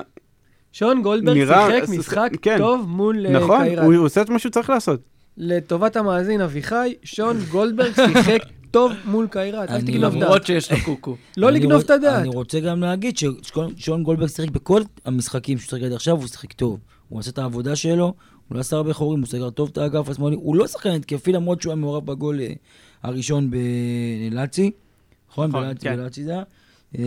S2: שון גולדברג
S1: נראה-
S2: שיחק
S1: אז-
S2: משחק
S1: כן.
S2: טוב מול אה,
S1: נכון,
S2: קיירת.
S1: הוא הוא עושה את מה שהוא צריך לעשות.
S2: לטובת המאזין אביחי, שון גולדברג שיחק טוב מול קיירת. אל
S4: אני-
S2: תגנוב דעת.
S3: למרות שיש לו קוקו.
S2: לא
S4: אני
S2: לגנוב
S4: רוצ-
S2: את הדעת.
S4: אני רוצה גם להגיד ששון גולדברג שיחק בכל המשחקים שהוא שיחק עד עכשיו, הוא שיחק טוב. הוא עשה את העבודה שלו, הוא לא עשה הרבה חורים, הוא סגר טוב את האגף השמאלי, הוא לא שחקן התקפי למרות שהוא היה מעורב בגול אה, הראשון בלאצי. נכון?
S3: נכון,
S4: בלאצי,
S3: כן.
S4: בלאצי זה היה. אה,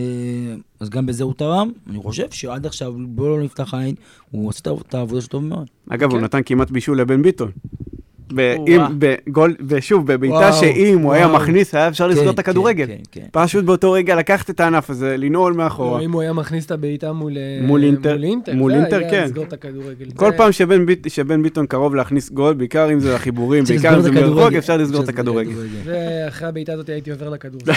S4: אז גם בזה הוא תרם. אני חושב שעד עכשיו, בואו לא נפתח עין, הוא עושה את העב- את העבודה שלו טוב מאוד.
S1: אגב, הוא נתן כמעט בישול לבן ביטון. ב-
S3: כן. וואו.
S1: אם- בגול- ושוב, בבעיטה
S2: וואו,
S1: שאם הוא היה
S2: וואו.
S1: מכניס, היה אפשר לסגור
S4: כן,
S1: את הכדורגל.
S4: כן, כן, כן.
S1: פשוט באותו רגע לקחת את הענף הזה, לנעול מאחורה.
S2: לא, אם הוא היה מכניס את הבעיטה מול אה,
S1: מול אינטר- מול
S2: זה
S1: אינטר,
S2: היה
S1: כן.
S2: לסגור את הכדורגל.
S1: כל
S2: זה-
S1: פעם שבן, ביט, שבן ביטון קרוב להכניס גול, בעיקר אם זה החיבורים,
S4: צריך
S1: בעיקר אם
S4: כן. לסגור
S1: זה
S4: את הכדורגל.
S1: מרחוק, אפשר לסגור את
S4: אפשר
S1: הכדורגל.
S2: ואחרי הבעיטה הזאת הייתי עובר לכדורסל.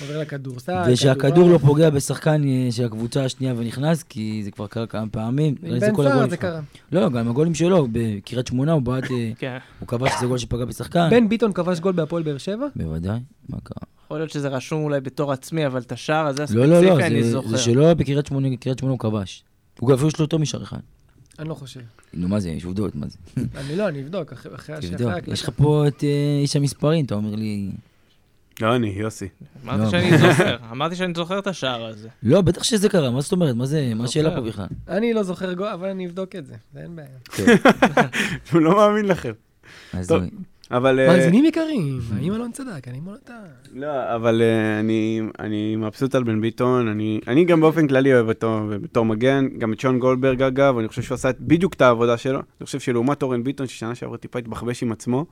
S2: עובר לכדורסל.
S4: ושהכדור
S2: כדורעף.
S4: לא פוגע בשחקן אה, של הקבוצה השנייה ונכנס, כי זה כבר קרה כמה פעמים.
S2: עם
S4: אולי
S2: בן
S4: כל
S2: סער
S4: הגולים
S2: זה
S4: שלך.
S2: קרה.
S4: לא, גם הגולים שלו, בקריית שמונה הוא בעט, אה,
S3: כן.
S4: הוא כבש איזה גול שפגע בשחקן.
S2: בן ביטון כבש גול בהפועל באר שבע?
S4: בוודאי, מה קרה?
S3: יכול להיות שזה רשום אולי בתור עצמי, אבל את השער הזה
S4: לא, לא, לא,
S3: הספציפי אני
S4: זה-
S3: זוכר.
S4: זה שלו בקריית שמונה, קריית שמונה הוא כבש. הוא גם אפילו יש לו יותר משער אחד.
S2: אני לא חושב.
S4: נו, מה זה, יש עובדות, מה זה?
S2: אני לא, אני אבדוק. אחרי אחרי
S4: תבדוק.
S2: השחק.
S4: יש לך פה את אה, איש המספרים, אתה אומר לי...
S1: לא אני, יוסי.
S3: אמרתי
S4: לא.
S3: שאני זוכר, אמרתי שאני זוכר את השער הזה.
S4: לא, בטח שזה קרה, מה זאת אומרת? מה זה, מה השאלה
S3: זוכר.
S4: פה בכלל?
S2: אני לא זוכר גול, אבל אני אבדוק את זה. זה אין בעיה.
S1: הוא לא מאמין לכם.
S4: אז
S1: טוב.
S4: אה,
S1: אבל... אה,
S2: מאזינים יקרים, האם אלון צדק, אני מולדת.
S1: לא, אבל אה, אני, אני מבסוט על בן ביטון, אני, אני גם באופן כללי אוהב אותו בתור מגן, גם את שון גולדברג אגב, אני חושב שהוא עשה את- בדיוק את העבודה שלו, אני חושב שלעומת אורן ביטון, ששנה שעברה טיפה התבחבש עם עצמו,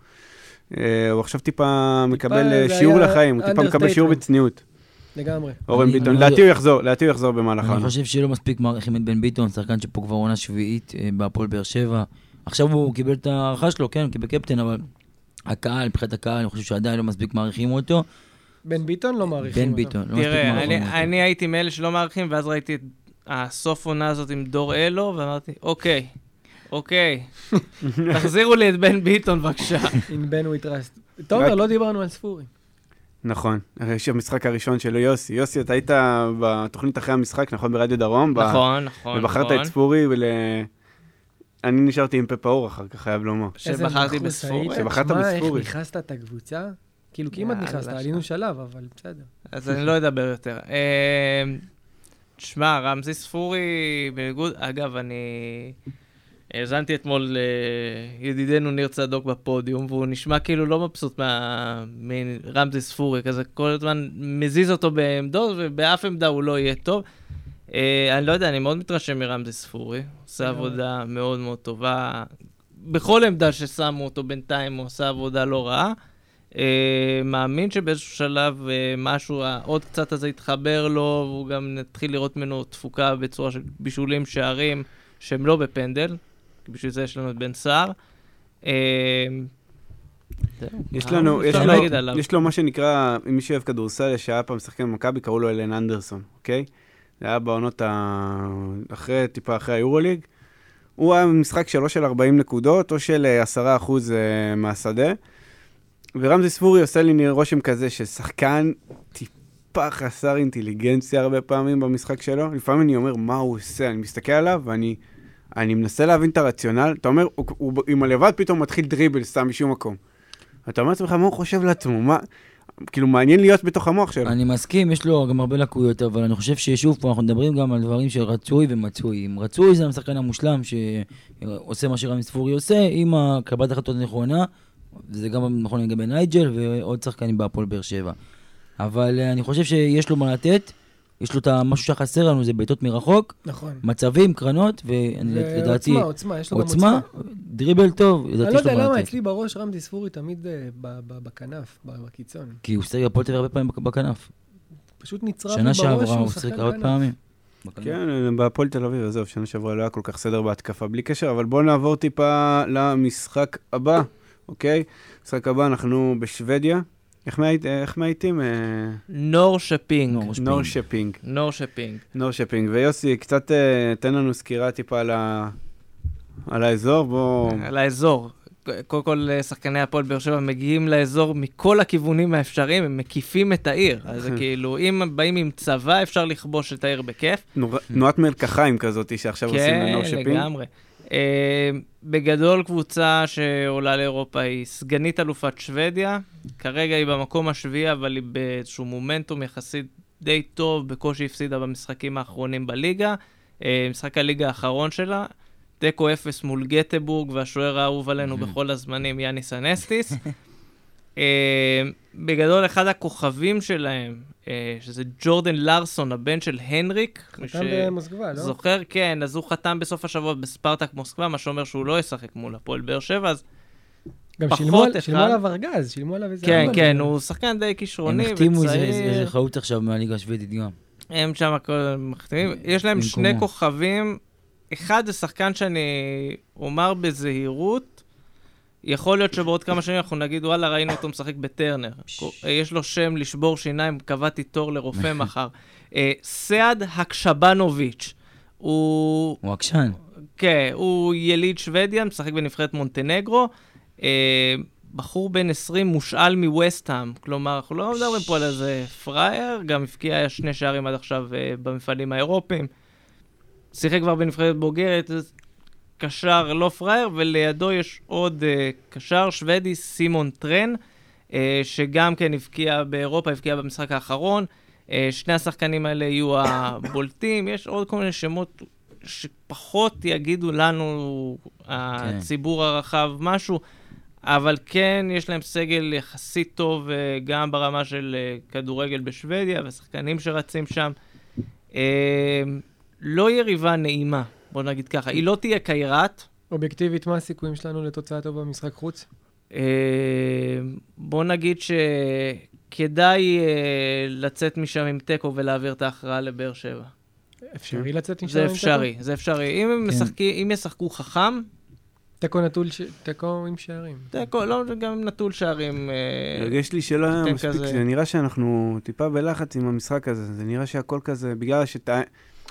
S1: אה, הוא עכשיו טיפה מקבל אה,
S2: זה
S1: שיעור
S2: היה
S1: לחיים, הוא טיפה מקבל שיעור
S2: understatement.
S1: בצניעות.
S2: לגמרי.
S1: אורן
S4: אני-
S1: ביטון,
S4: אני-
S1: לדעתי הוא יחזור, לדעתי הוא יחזור במהלך
S4: אני
S1: העונה.
S4: חושב שלא מספיק מעריכים את בן ביטון, שחקן שפה כבר עונה שביעית אה, בהפועל באר שבע. עכשיו הוא קיבל את ההערכה שלו, כן, הוא קיבל קפטן, אבל הקהל, מבחינת הקהל, אני חושב שעדיין לא מספיק מעריכים אותו.
S2: בן ביטון לא מעריכים
S4: בן
S2: אותו.
S4: ביטון, לא מספיק
S3: תראה,
S4: מעריכים
S3: אני-
S4: אותו.
S3: אני הייתי מאלה שלא מעריכים, ואז ראיתי את הסוף עונה הזאת עם דור אלו, ואמרתי, אוקיי, אוקיי, תחזירו לי את בן ביטון בבקשה.
S2: In Ben we trust. תומר, לא דיברנו על ספורי.
S1: נכון. יש המשחק הראשון שלו, יוסי. יוסי, אתה היית בתוכנית אחרי המשחק, נכון? ברדיו דרום. ב-
S3: נכון, נכון,
S1: ובחרת
S3: נכון.
S1: את ספורי ול... אני נשארתי עם פפה אור אחר כך, חייב לומר.
S3: שבחרתי בספורי.
S1: שבחרת בספורי.
S2: מה, איך נכנסת את הקבוצה? כאילו, כמעט
S3: יאללה,
S2: נכנסת,
S3: שם.
S2: עלינו שלב, אבל בסדר.
S3: אז אני לא אדבר יותר. אה, תשמע, רמזי ספורי, בניגוד, אגב, אני האזנתי אתמול לידידנו ניר צדוק בפודיום, והוא נשמע כאילו לא מבסוט מה- מרמזי ספורי, כזה כל הזמן מזיז אותו בעמדות, ובאף עמדה הוא לא יהיה טוב. אה, אני לא יודע, אני מאוד מתרשם מרמזי ספורי, עושה
S2: לגמרי.
S3: עבודה מאוד מאוד טובה. בכל עמדה ששמו אותו בינתיים, הוא עושה עבודה לא רעה. אה, מאמין שבאיזשהו שלב אה, משהו, העוד קצת הזה יתחבר לו, והוא גם נתחיל לראות ממנו תפוקה בצורה של בישולים, שערים, שהם לא בפנדל, כי בשביל זה יש לנו את בן סער. אה, זהו,
S1: יש
S3: מה
S1: לנו, יש
S3: אה, אפשר
S1: לו,
S3: להגיד עליו?
S1: יש לו מה שנקרא, אם מי שאוהב כדורסל, שהיה פעם משחקן במכבי, קראו לו אלן אנדרסון, אוקיי? זה היה בעונות ה... אחרי, טיפה אחרי היורוליג. הוא היה משחק שלו של 40 נקודות, או של אה, 10 אחוז מהשדה. ורמזי ספורי עושה לי רושם כזה ששחקן טיפה חסר אינטליגנציה הרבה פעמים במשחק שלו. לפעמים אני אומר, מה הוא עושה? אני מסתכל עליו ואני אני מנסה להבין את הרציונל. אתה אומר, הוא, הוא, עם הלבד פתאום מתחיל דריבל סתם משום מקום. אתה אומר לעצמך, מה הוא חושב לעצמו? מה... כאילו, מעניין להיות בתוך המוח
S2: כן.
S1: שלו.
S4: אני מסכים, יש לו גם הרבה לקויות, אבל אני חושב ששוב פה אנחנו מדברים גם על דברים של רצוי ומצוי. אם רצוי זה השחקן המושלם שעושה מה שרמי ספורי עושה, עם הקבלת החלטות נכונה, זה גם נכון לגבי נייג'ל ועוד שחקנים בהפועל באר שבע. אבל אה, אני חושב שיש לו מה לתת, יש לו את המשהו שחסר לנו, זה בעיטות מרחוק,
S2: נכון.
S4: מצבים, קרנות, ולדעתי...
S2: ועוצמה, עוצמה, יש לו גם
S4: עוצמה,
S2: עוצמה.
S4: דריבל טוב,
S2: אני
S4: לדעתי
S2: לא
S4: יש
S2: יודע
S4: לו מה
S2: למה,
S4: לתת.
S2: אצלי בראש רמזי ספורי תמיד אה, ב- ב- בכנף, ב- בקיצון.
S4: כי הוא שיחק בהפועל תל אביב הרבה פעמים בכנף.
S2: פשוט נצרב לי
S4: שנה
S2: בראש
S4: שעברה
S2: שהוא
S4: הוא
S2: שחקן
S4: שיחק הרבה
S2: כנף.
S4: פעמים. בכנף.
S1: כן, בהפועל תל אביב, עזוב, שנה שעברה לא היה כל כך סדר בהתקפה, בלי קשר, אבל בואו נעבור טיפה למשחק הבא, אוקיי? משחק הבא, אנחנו בשוודיה. איך מהי- איך מהייתים? אה,
S3: נור שפינג.
S1: נור
S4: נור. שפינג.
S1: שפינג.
S3: נור שפינג.
S1: נור שפינג. ויוסי, קצת אה, תן לנו סקירה טיפה על ה- על האזור, בואו...
S3: על האזור. קודם כל, אה, שחקני הפועל באר שבע מגיעים לאזור מכל הכיוונים האפשריים, הם מקיפים את העיר. אז זה כאילו, אם הם באים עם צבא, אפשר לכבוש את העיר בכיף.
S1: נור- תנועת מלקחיים כזאת שעכשיו עושים לנור
S3: כן,
S1: שפינג.
S3: לגמרי. אה, בגדול, קבוצה שעולה לאירופה היא סגנית אלופת שוודיה. כרגע היא במקום השביעי, אבל היא באיזשהו מומנטום יחסית די טוב, בקושי הפסידה במשחקים האחרונים בליגה. אה, משחק הליגה האחרון שלה, תיקו אפס מול גטבורג, והשוער האהוב עלינו בכל הזמנים, יאניס אנסטיס. אה, בגדול, אחד הכוכבים שלהם, אה, שזה ג'ורדן לארסון, הבן של הנריק. מי
S2: חתם
S3: ש-
S2: במוסקבה, לא?
S3: זוכר, כן, אז הוא חתם בסוף השבוע בספרטק מוסקבה, מה שאומר שהוא לא ישחק מול הפועל באר שבע, אז
S2: גם
S3: פחות
S2: שילמו על-
S3: אחד.
S2: שילמו עליו ארגז, שילמו עליו איזה...
S3: כן,
S2: ארבע
S3: כן,
S2: מיליון.
S3: הוא שחקן די
S4: הם
S3: כישרוני
S4: החתימו איזה- איזה
S3: וצעיר,
S4: חלוץ עכשיו מהליגה השוודית גם.
S3: הם שם הכל מחתימים, יש להם
S4: במקומו.
S3: שני כוכבים, אחד זה שחקן שאני אומר בזהירות, יכול להיות שבעוד כמה שנים אנחנו נגיד, וואלה, ראינו אותו משחק בטרנר. יש לו שם לשבור שיניים, קבעתי תור לרופא מחר. אה, סעד הקשבנוביץ', הוא
S4: הוא עקשן.
S3: כן, הוא יליד שוודיה, משחק בנבחרת מונטנגרו. אה, בחור בן 20 מושאל מווסטהאם, כלומר, אנחנו לא מדברים פה על איזה פראייר, גם הבקיע שני שערים עד עכשיו אה, במפעלים האירופיים. שיחק כבר בנבחרת בוגרת, אז קשר לא פראייר, ולידו יש עוד אה, קשר שוודי, סימון טרן, אה, שגם כן הבקיע באירופה, הבקיע במשחק האחרון. אה, שני השחקנים האלה יהיו הבולטים, יש עוד כל מיני שמות שפחות יגידו לנו הציבור הרחב משהו, אבל כן, יש להם סגל יחסית טוב אה, גם ברמה של אה, כדורגל בשוודיה, והשחקנים שרצים שם. אה, לא יריבה נעימה, בוא נגיד ככה. היא לא תהיה קיירת.
S2: אובייקטיבית, מה הסיכויים שלנו לתוצאה טובה במשחק חוץ?
S3: אה, בוא נגיד ש... כדאי אה, לצאת משם עם תיקו ולהעביר את ההכרעה לבאר שבע.
S2: אפשרי לצאת משם?
S3: זה
S2: עם
S3: אפשרי, זה אפשרי. אם הם
S4: כן.
S3: משחקים- אם ישחקו חכם,
S2: תיקו? תיקו נטול, ש- תיקו עם שערים.
S3: תיקו, לא, גם עם נטול שערים. אה,
S1: הרגש לי שלא היה
S3: תיתן
S1: מספיק,
S3: כזה-
S1: זה נראה שאנחנו טיפה בלחץ עם המשחק הזה, זה נראה שהכל כזה, בגלל שאתה...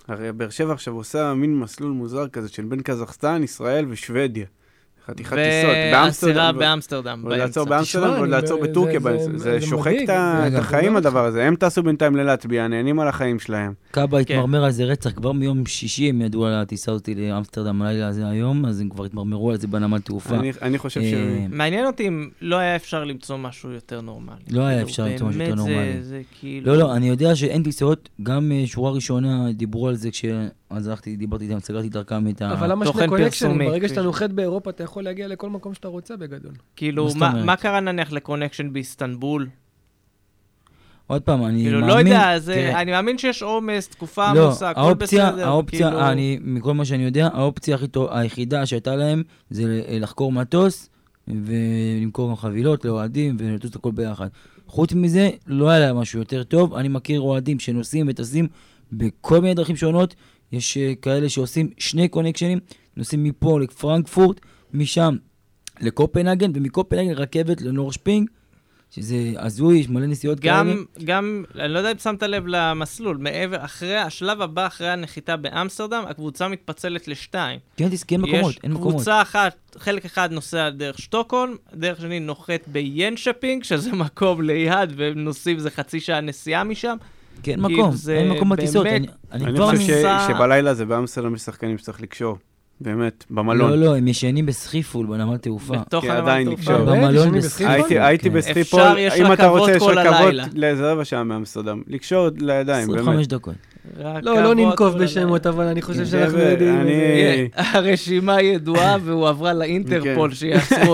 S1: הרי באר שבע עכשיו עושה מין מסלול מוזר כזה של בין קזחסטן, ישראל ושוודיה. חתיכת טיסות.
S3: והסירה
S1: ו-
S3: באמסטרדם,
S1: ועוד לעצור
S3: באמצע.
S1: באמסטרדם
S2: תשמע,
S1: ועוד
S2: אני-
S1: לעצור
S2: זה-
S1: בטורקיה
S2: זה-
S1: באמצע.
S2: זה
S1: זה שוחק
S2: מדאיג, לא
S1: את ה-
S4: זה-
S1: את
S4: זה
S1: החיים
S2: מדאיג.
S1: הדבר הזה. הם טסו בינתיים ללטביה, נהנים על החיים שלהם.
S4: קאבה
S3: כן.
S4: התמרמר על זה רצח, כבר מיום שישי הם ידעו על הטיסה הזאת לאמסטרדם הלילה הזה היום, אז הם כבר התמרמרו על זה בנמל תעופה.
S1: אני- אני חושב ש...
S4: אה,
S3: מעניין אותי אם לא היה אפשר למצוא משהו יותר נורמלי.
S4: לא היה
S3: כאילו,
S4: אפשר למצוא משהו יותר
S3: באמת
S4: נורמלי.
S3: זה- זה כאילו...
S4: לא, לא, אני יודע שאין טיסות, גם אה, שורה ראשונה דיברו על זה כש... אז הלכתי, דיברתי איתם, סגרתי דרכם את ה...
S2: אבל למה שני
S3: תוכן
S2: קונקשנים?
S3: פרסומי,
S2: ברגע
S3: כפי
S2: שאתה
S3: ש-
S2: נוחת באירופה, אתה יכול להגיע לכל מקום שאתה רוצה בגדול.
S3: כאילו,
S4: מה זאת
S3: מה-
S4: אומרת?
S3: מה קרה נניח לקונקשן באיסטנבול?
S4: עוד פעם, אני מאמין...
S3: כאילו, לא יודע,
S4: תראה,
S3: זה- אני מאמין שיש עומס, תקופה
S4: לא,
S3: עמוסה, הכל
S4: האופציה,
S3: בסדר.
S4: האופציה,
S3: כאילו-
S4: אני, מכל מה שאני יודע, האופציה הכי טוב, היחידה שהייתה להם זה ל- לחקור מטוס ולמכור גם חבילות לאוהדים ולטוס הכל ביחד. חוץ מזה, לא היה להם משהו יותר טוב. אני מכיר אוהדים שנוסעים וטסים בכל מיני דרכים שונות. יש אה, כאלה שעושים שני קונקשנים, נוסעים מפה לפרנקפורט, משם לקופנהגן, ומקופנהגן רכבת לנורשפינג, שזה הזוי, יש מלא נסיעות כאלה.
S3: גם, גם, אני לא יודע אם שמת לב למסלול, מעבר, אחרי, השלב הבא אחרי הנחיתה באמסטרדם, הקבוצה מתפצלת לשתיים.
S4: כן, תסתכל, אין מקומות,
S3: יש
S4: אין מקומות.
S3: קבוצה אחת, חלק אחד נוסע דרך שטוקהולם, דרך שני נוחת ביינשפינג, שזה מקום ליד, והם נוסעים איזה חצי שעה נסיעה משם.
S4: כי אין
S3: כאילו,
S4: כן, מקום,
S3: זה
S4: אין מקום בטיסות.
S3: באמת-
S4: אני- אני
S1: אני
S4: כבר...
S1: חושב
S4: מ-
S1: ש-
S3: נוסע-
S1: שבלילה זה באמסטרדם יש שחקנים שצריך לקשור. באמת,
S4: לא,
S1: במלון.
S4: לא, הם ישנים בסחיפול בנמל תעופה.
S3: בתוך
S1: כן,
S3: הנמל
S1: עדיין
S3: התעופה.
S1: לקשור.
S2: באמת?
S4: במלון
S2: ישנים
S4: בסחיפול?
S2: בסחיפול?
S1: הייתי- הייתי
S4: כן.
S1: בסטריפול,
S3: אפשר, יש
S1: אם אתה
S3: רכבות
S1: רוצה, יש
S3: כל
S1: רכבות
S3: הלילה.
S1: לאיזה רבע שעה מאמסטרדם. לקשור לידיים, באמת.
S4: 25 דקות.
S3: רכבות
S2: לא, לא ננקוב
S3: כל
S2: בשמות, אבל אני חושב
S1: כן,
S2: שאנחנו
S1: חבר'ה,
S2: יודעים...
S1: אני-
S2: אה,
S3: הלילה. הרשימה ידועה והועברה לאינטרפול
S1: כן.
S3: שיעצרו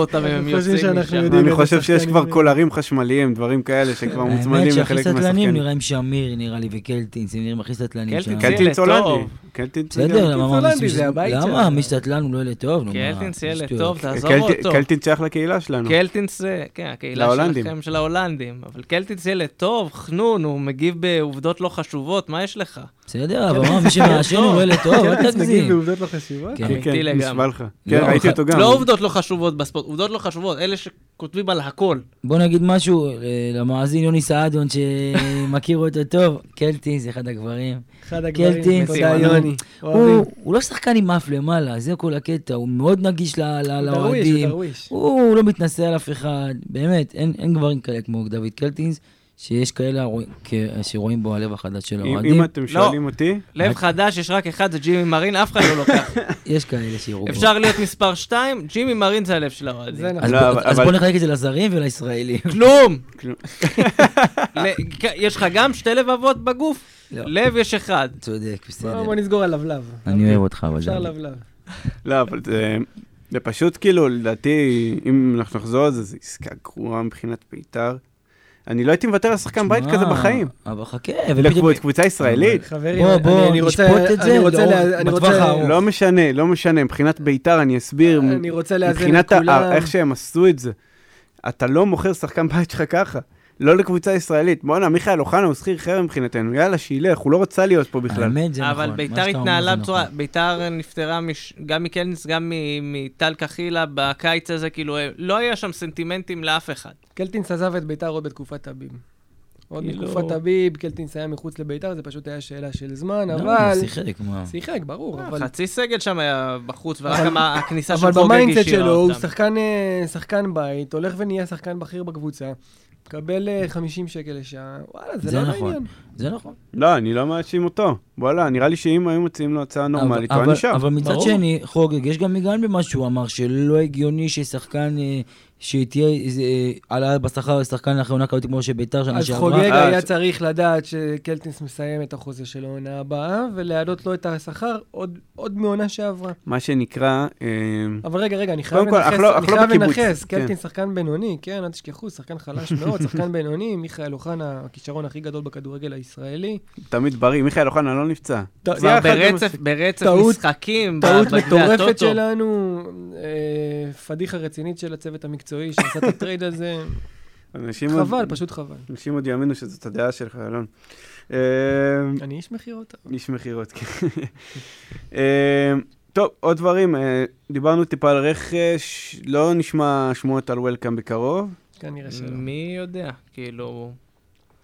S3: אותם אם הם
S2: אנחנו חושבים
S3: יוצאים
S2: שאנחנו
S3: משם.
S2: יודעים.
S1: אני
S2: איזה
S1: חושב שיש
S2: שחקנים
S1: כבר
S2: הם.
S1: קולרים חשמליים, דברים כאלה שכבר
S4: האמת
S1: מוצמדים
S4: שהכי
S1: לחלק
S4: סטלנים
S1: מהשחקנים.
S4: נראה עם שמיר, נראה לי, וקלטינס, הם נראים הכי סטלנים שם.
S3: קלטינס,
S4: קלטינס,
S1: קלטינס
S3: טוב.
S1: הולנדי. קלטינס
S4: בסדר, למה
S2: הולנדי,
S4: אמרנו,
S2: זה הבית
S4: למה?
S2: שלנו.
S4: מי שסטלן הוא לא ילד טוב, נו מה.
S3: קלטינס ילד
S4: שטויות.
S3: טוב, תעזוב
S1: קלטי-
S3: אותו.
S1: קלטינס שייך לקהילה
S2: לא.
S1: שלנו.
S3: קלטינס זה, כן, הקהילה
S1: להולנדים.
S3: שלכם של ההולנדים. אבל קלטינס ילד טוב, חנון, הוא מגיב בעובדות לא חשובות, מה יש לך?
S4: בסדר, אבל מה, מי שמעשן הוא לא ילד טוב, אל
S2: כן, תגיד
S4: תגזים.
S2: בעובדות לא חשובות.
S4: כן.
S1: כן,
S3: אמיתי
S1: כן,
S3: לגמרי.
S1: נשבע לך.
S4: לא,
S1: כן, ראיתי
S4: ח-
S1: אותו גם.
S3: לא עובדות לא חשובות בספורט, עובדות לא חשובות, אלה שכותבים על הכל.
S4: בוא נגיד משהו אה, למאזין יוני סעדון, שמכיר אותו טוב, קלטינס, אחד הגברים.
S2: אחד הגברים,
S4: קלטינס,
S2: תודה
S4: אני-
S2: יוני.
S4: כן, הוא
S2: אוהבים.
S4: הוא לא שחקן עם אף למעלה, זה כל הקטע, הוא מאוד נגיש ל- ל-
S2: הוא דרוויש, הוא
S4: לאוהדים.
S2: דרוויש.
S4: הוא לא מתנשא על אף אחד, באמת, אין, אין גברים כאלה כמו דוד קלטינס, שיש כאלה הרוא- כ- שרואים בו הלב החדש של
S1: אם-
S4: האוהדים,
S1: אם אתם
S3: לא.
S1: שואלים אותי,
S3: לב חדש, יש רק אחד, זה ג'ימי מרין, אף אחד לא לוקח.
S4: יש כאלה שיראו בו.
S3: אפשר להיות מספר 2, ג'ימי מרין זה הלב של האוהדים.
S2: זה נכון.
S4: אז,
S1: לא,
S4: בוא,
S1: אבל-
S4: אז
S1: אבל-
S4: בוא נחלק את זה לזרים ולישראלים.
S3: כלום!
S1: כלום.
S3: ל- כ- יש לך גם שתי לבבות בגוף?
S4: לא.
S3: לב יש אחד.
S4: צודק, בסדר.
S2: לא, בוא בוא נסגור על לבלב.
S4: אני אוהב אותך, אבל
S2: אפשר
S4: דוד.
S2: לבלב.
S1: לא, אבל זה... זה פשוט כאילו, לדעתי, אם אנחנו נחזור על זה, זו עסקה גרועה מבחינת בית"ר. אני לא הייתי מוותר על שחקן בית
S4: שמע,
S1: כזה בחיים.
S4: אבל חכה,
S1: לקבוצ- קבוצה ישראלית.
S2: חברים,
S4: בוא,
S2: אני-
S4: בוא,
S2: אני רוצה...
S4: נשפוט את זה
S2: אני רוצה...
S4: לאור-
S2: לה- אני
S4: בטווח
S2: רוצה-
S4: הארוך.
S1: לא משנה, לא משנה. מבחינת בית"ר, אני אסביר.
S2: אני רוצה לאזן את
S1: מבחינת ה-
S2: כולם.
S1: איך שהם עשו את זה. אתה לא מוכר שחקן בית שלך ככה. לא לקבוצה ישראלית. בואנה, מיכאל אוחנה הוא שכיר חרם מבחינתנו. יאללה, שילך, הוא לא רצה להיות פה בכלל.
S4: האמת, זה נכון.
S3: אבל
S4: מה
S3: ביתר
S4: שאתה אומר
S3: התנהלה
S4: זה
S3: בצורה,
S4: נכון.
S3: ביתר נפטרה מש- גם מקלניס, גם מ- מטל קחילה בקיץ הזה, כאילו, אה, לא היה שם סנטימנטים לאף אחד.
S2: קלטינס עזב את ביתר עוד בתקופת הביב. עוד
S3: כאילו-
S2: בתקופת הביב, קלטינס היה מחוץ לביתר, זה פשוט היה שאלה של זמן,
S4: לא,
S2: כן, אבל...
S4: הוא שיחק, אה, מה.
S2: שיחק, ברור, אבל...
S3: חצי סגל שם היה בחוץ, ורק
S2: אבל-
S3: המ- הכניסה של
S2: אבל
S3: חוגג
S2: במיינדסט
S3: השאירה
S2: שלו הוא
S3: אותם.
S2: שחקן, אה, שחקן בית, הולך ונהיה שחקן בכיר בקבוצה, מקבל אה, 50 שקל לשעה, וואלה, זה
S4: זה
S2: לא
S4: נכון.
S2: לעניין.
S4: זה נכון.
S1: לא, אני לא מאשים אותו. וואלה, נראה לי שאם היו מציעים לו הצעה נורמלית, הוא היה
S4: אבל-
S1: נשאר.
S4: אבל מצד
S2: ברור.
S4: שני, חוגג, יש גם היגיון במה שהוא אמר, שלא הגיוני ששחקן, אה, שתהיה איזה, אה, העלאה בשכר לשחקן אחרי עונה כזאת כמו שביתר שנה
S2: אז
S4: שעברה.
S2: חוגג
S1: אה,
S2: היה
S1: ש-
S2: צריך לדעת שקלטינס מסיים את החוזה של העונה הבאה, ולהעלות לו את השכר עוד- עוד מעונה שעברה.
S1: מה שנקרא, אה,
S2: אבל רגע, רגע, אני חייב
S1: קודם כל,
S2: לנכס,
S1: אך לא-
S2: אני
S1: אך לא
S2: חייב
S1: בקיבוץ,
S2: לנכס,
S1: כן.
S2: קלטינס שחקן בינוני, כן, אל תשכחו, שחקן חלש מאוד, שחקן בינוני, מיכאל אוחנה, הכישרון הכי גדול בכדורגל הישראלי.
S1: תמיד בריא. מיכאל אוחנה לא נפצע.
S2: טוב,
S1: זה
S3: כבר
S1: היה אחד
S3: ברצף,
S1: המסיק.
S3: ברצף
S2: טעות-
S3: משחקים,
S2: טעות
S3: בגביע
S2: מטורפת
S3: הטוטו.
S2: שלנו, אה, פדיחה רצינית של הצוות המקצועי שעשה את הטרייד הזה.
S1: אנשים עוד-
S2: חבל, פשוט חבל.
S1: אנשים עוד יאמינו שזאת הדעה שלך, אלון. אה,
S2: אני איש מכירות. אבל-
S1: איש מכירות, כן. אה, טוב, עוד דברים. אה, דיברנו טיפה על רכש, לא נשמע שמועות על וולקאם בקרוב.
S2: כנראה שלא.
S3: מי יודע, כאילו...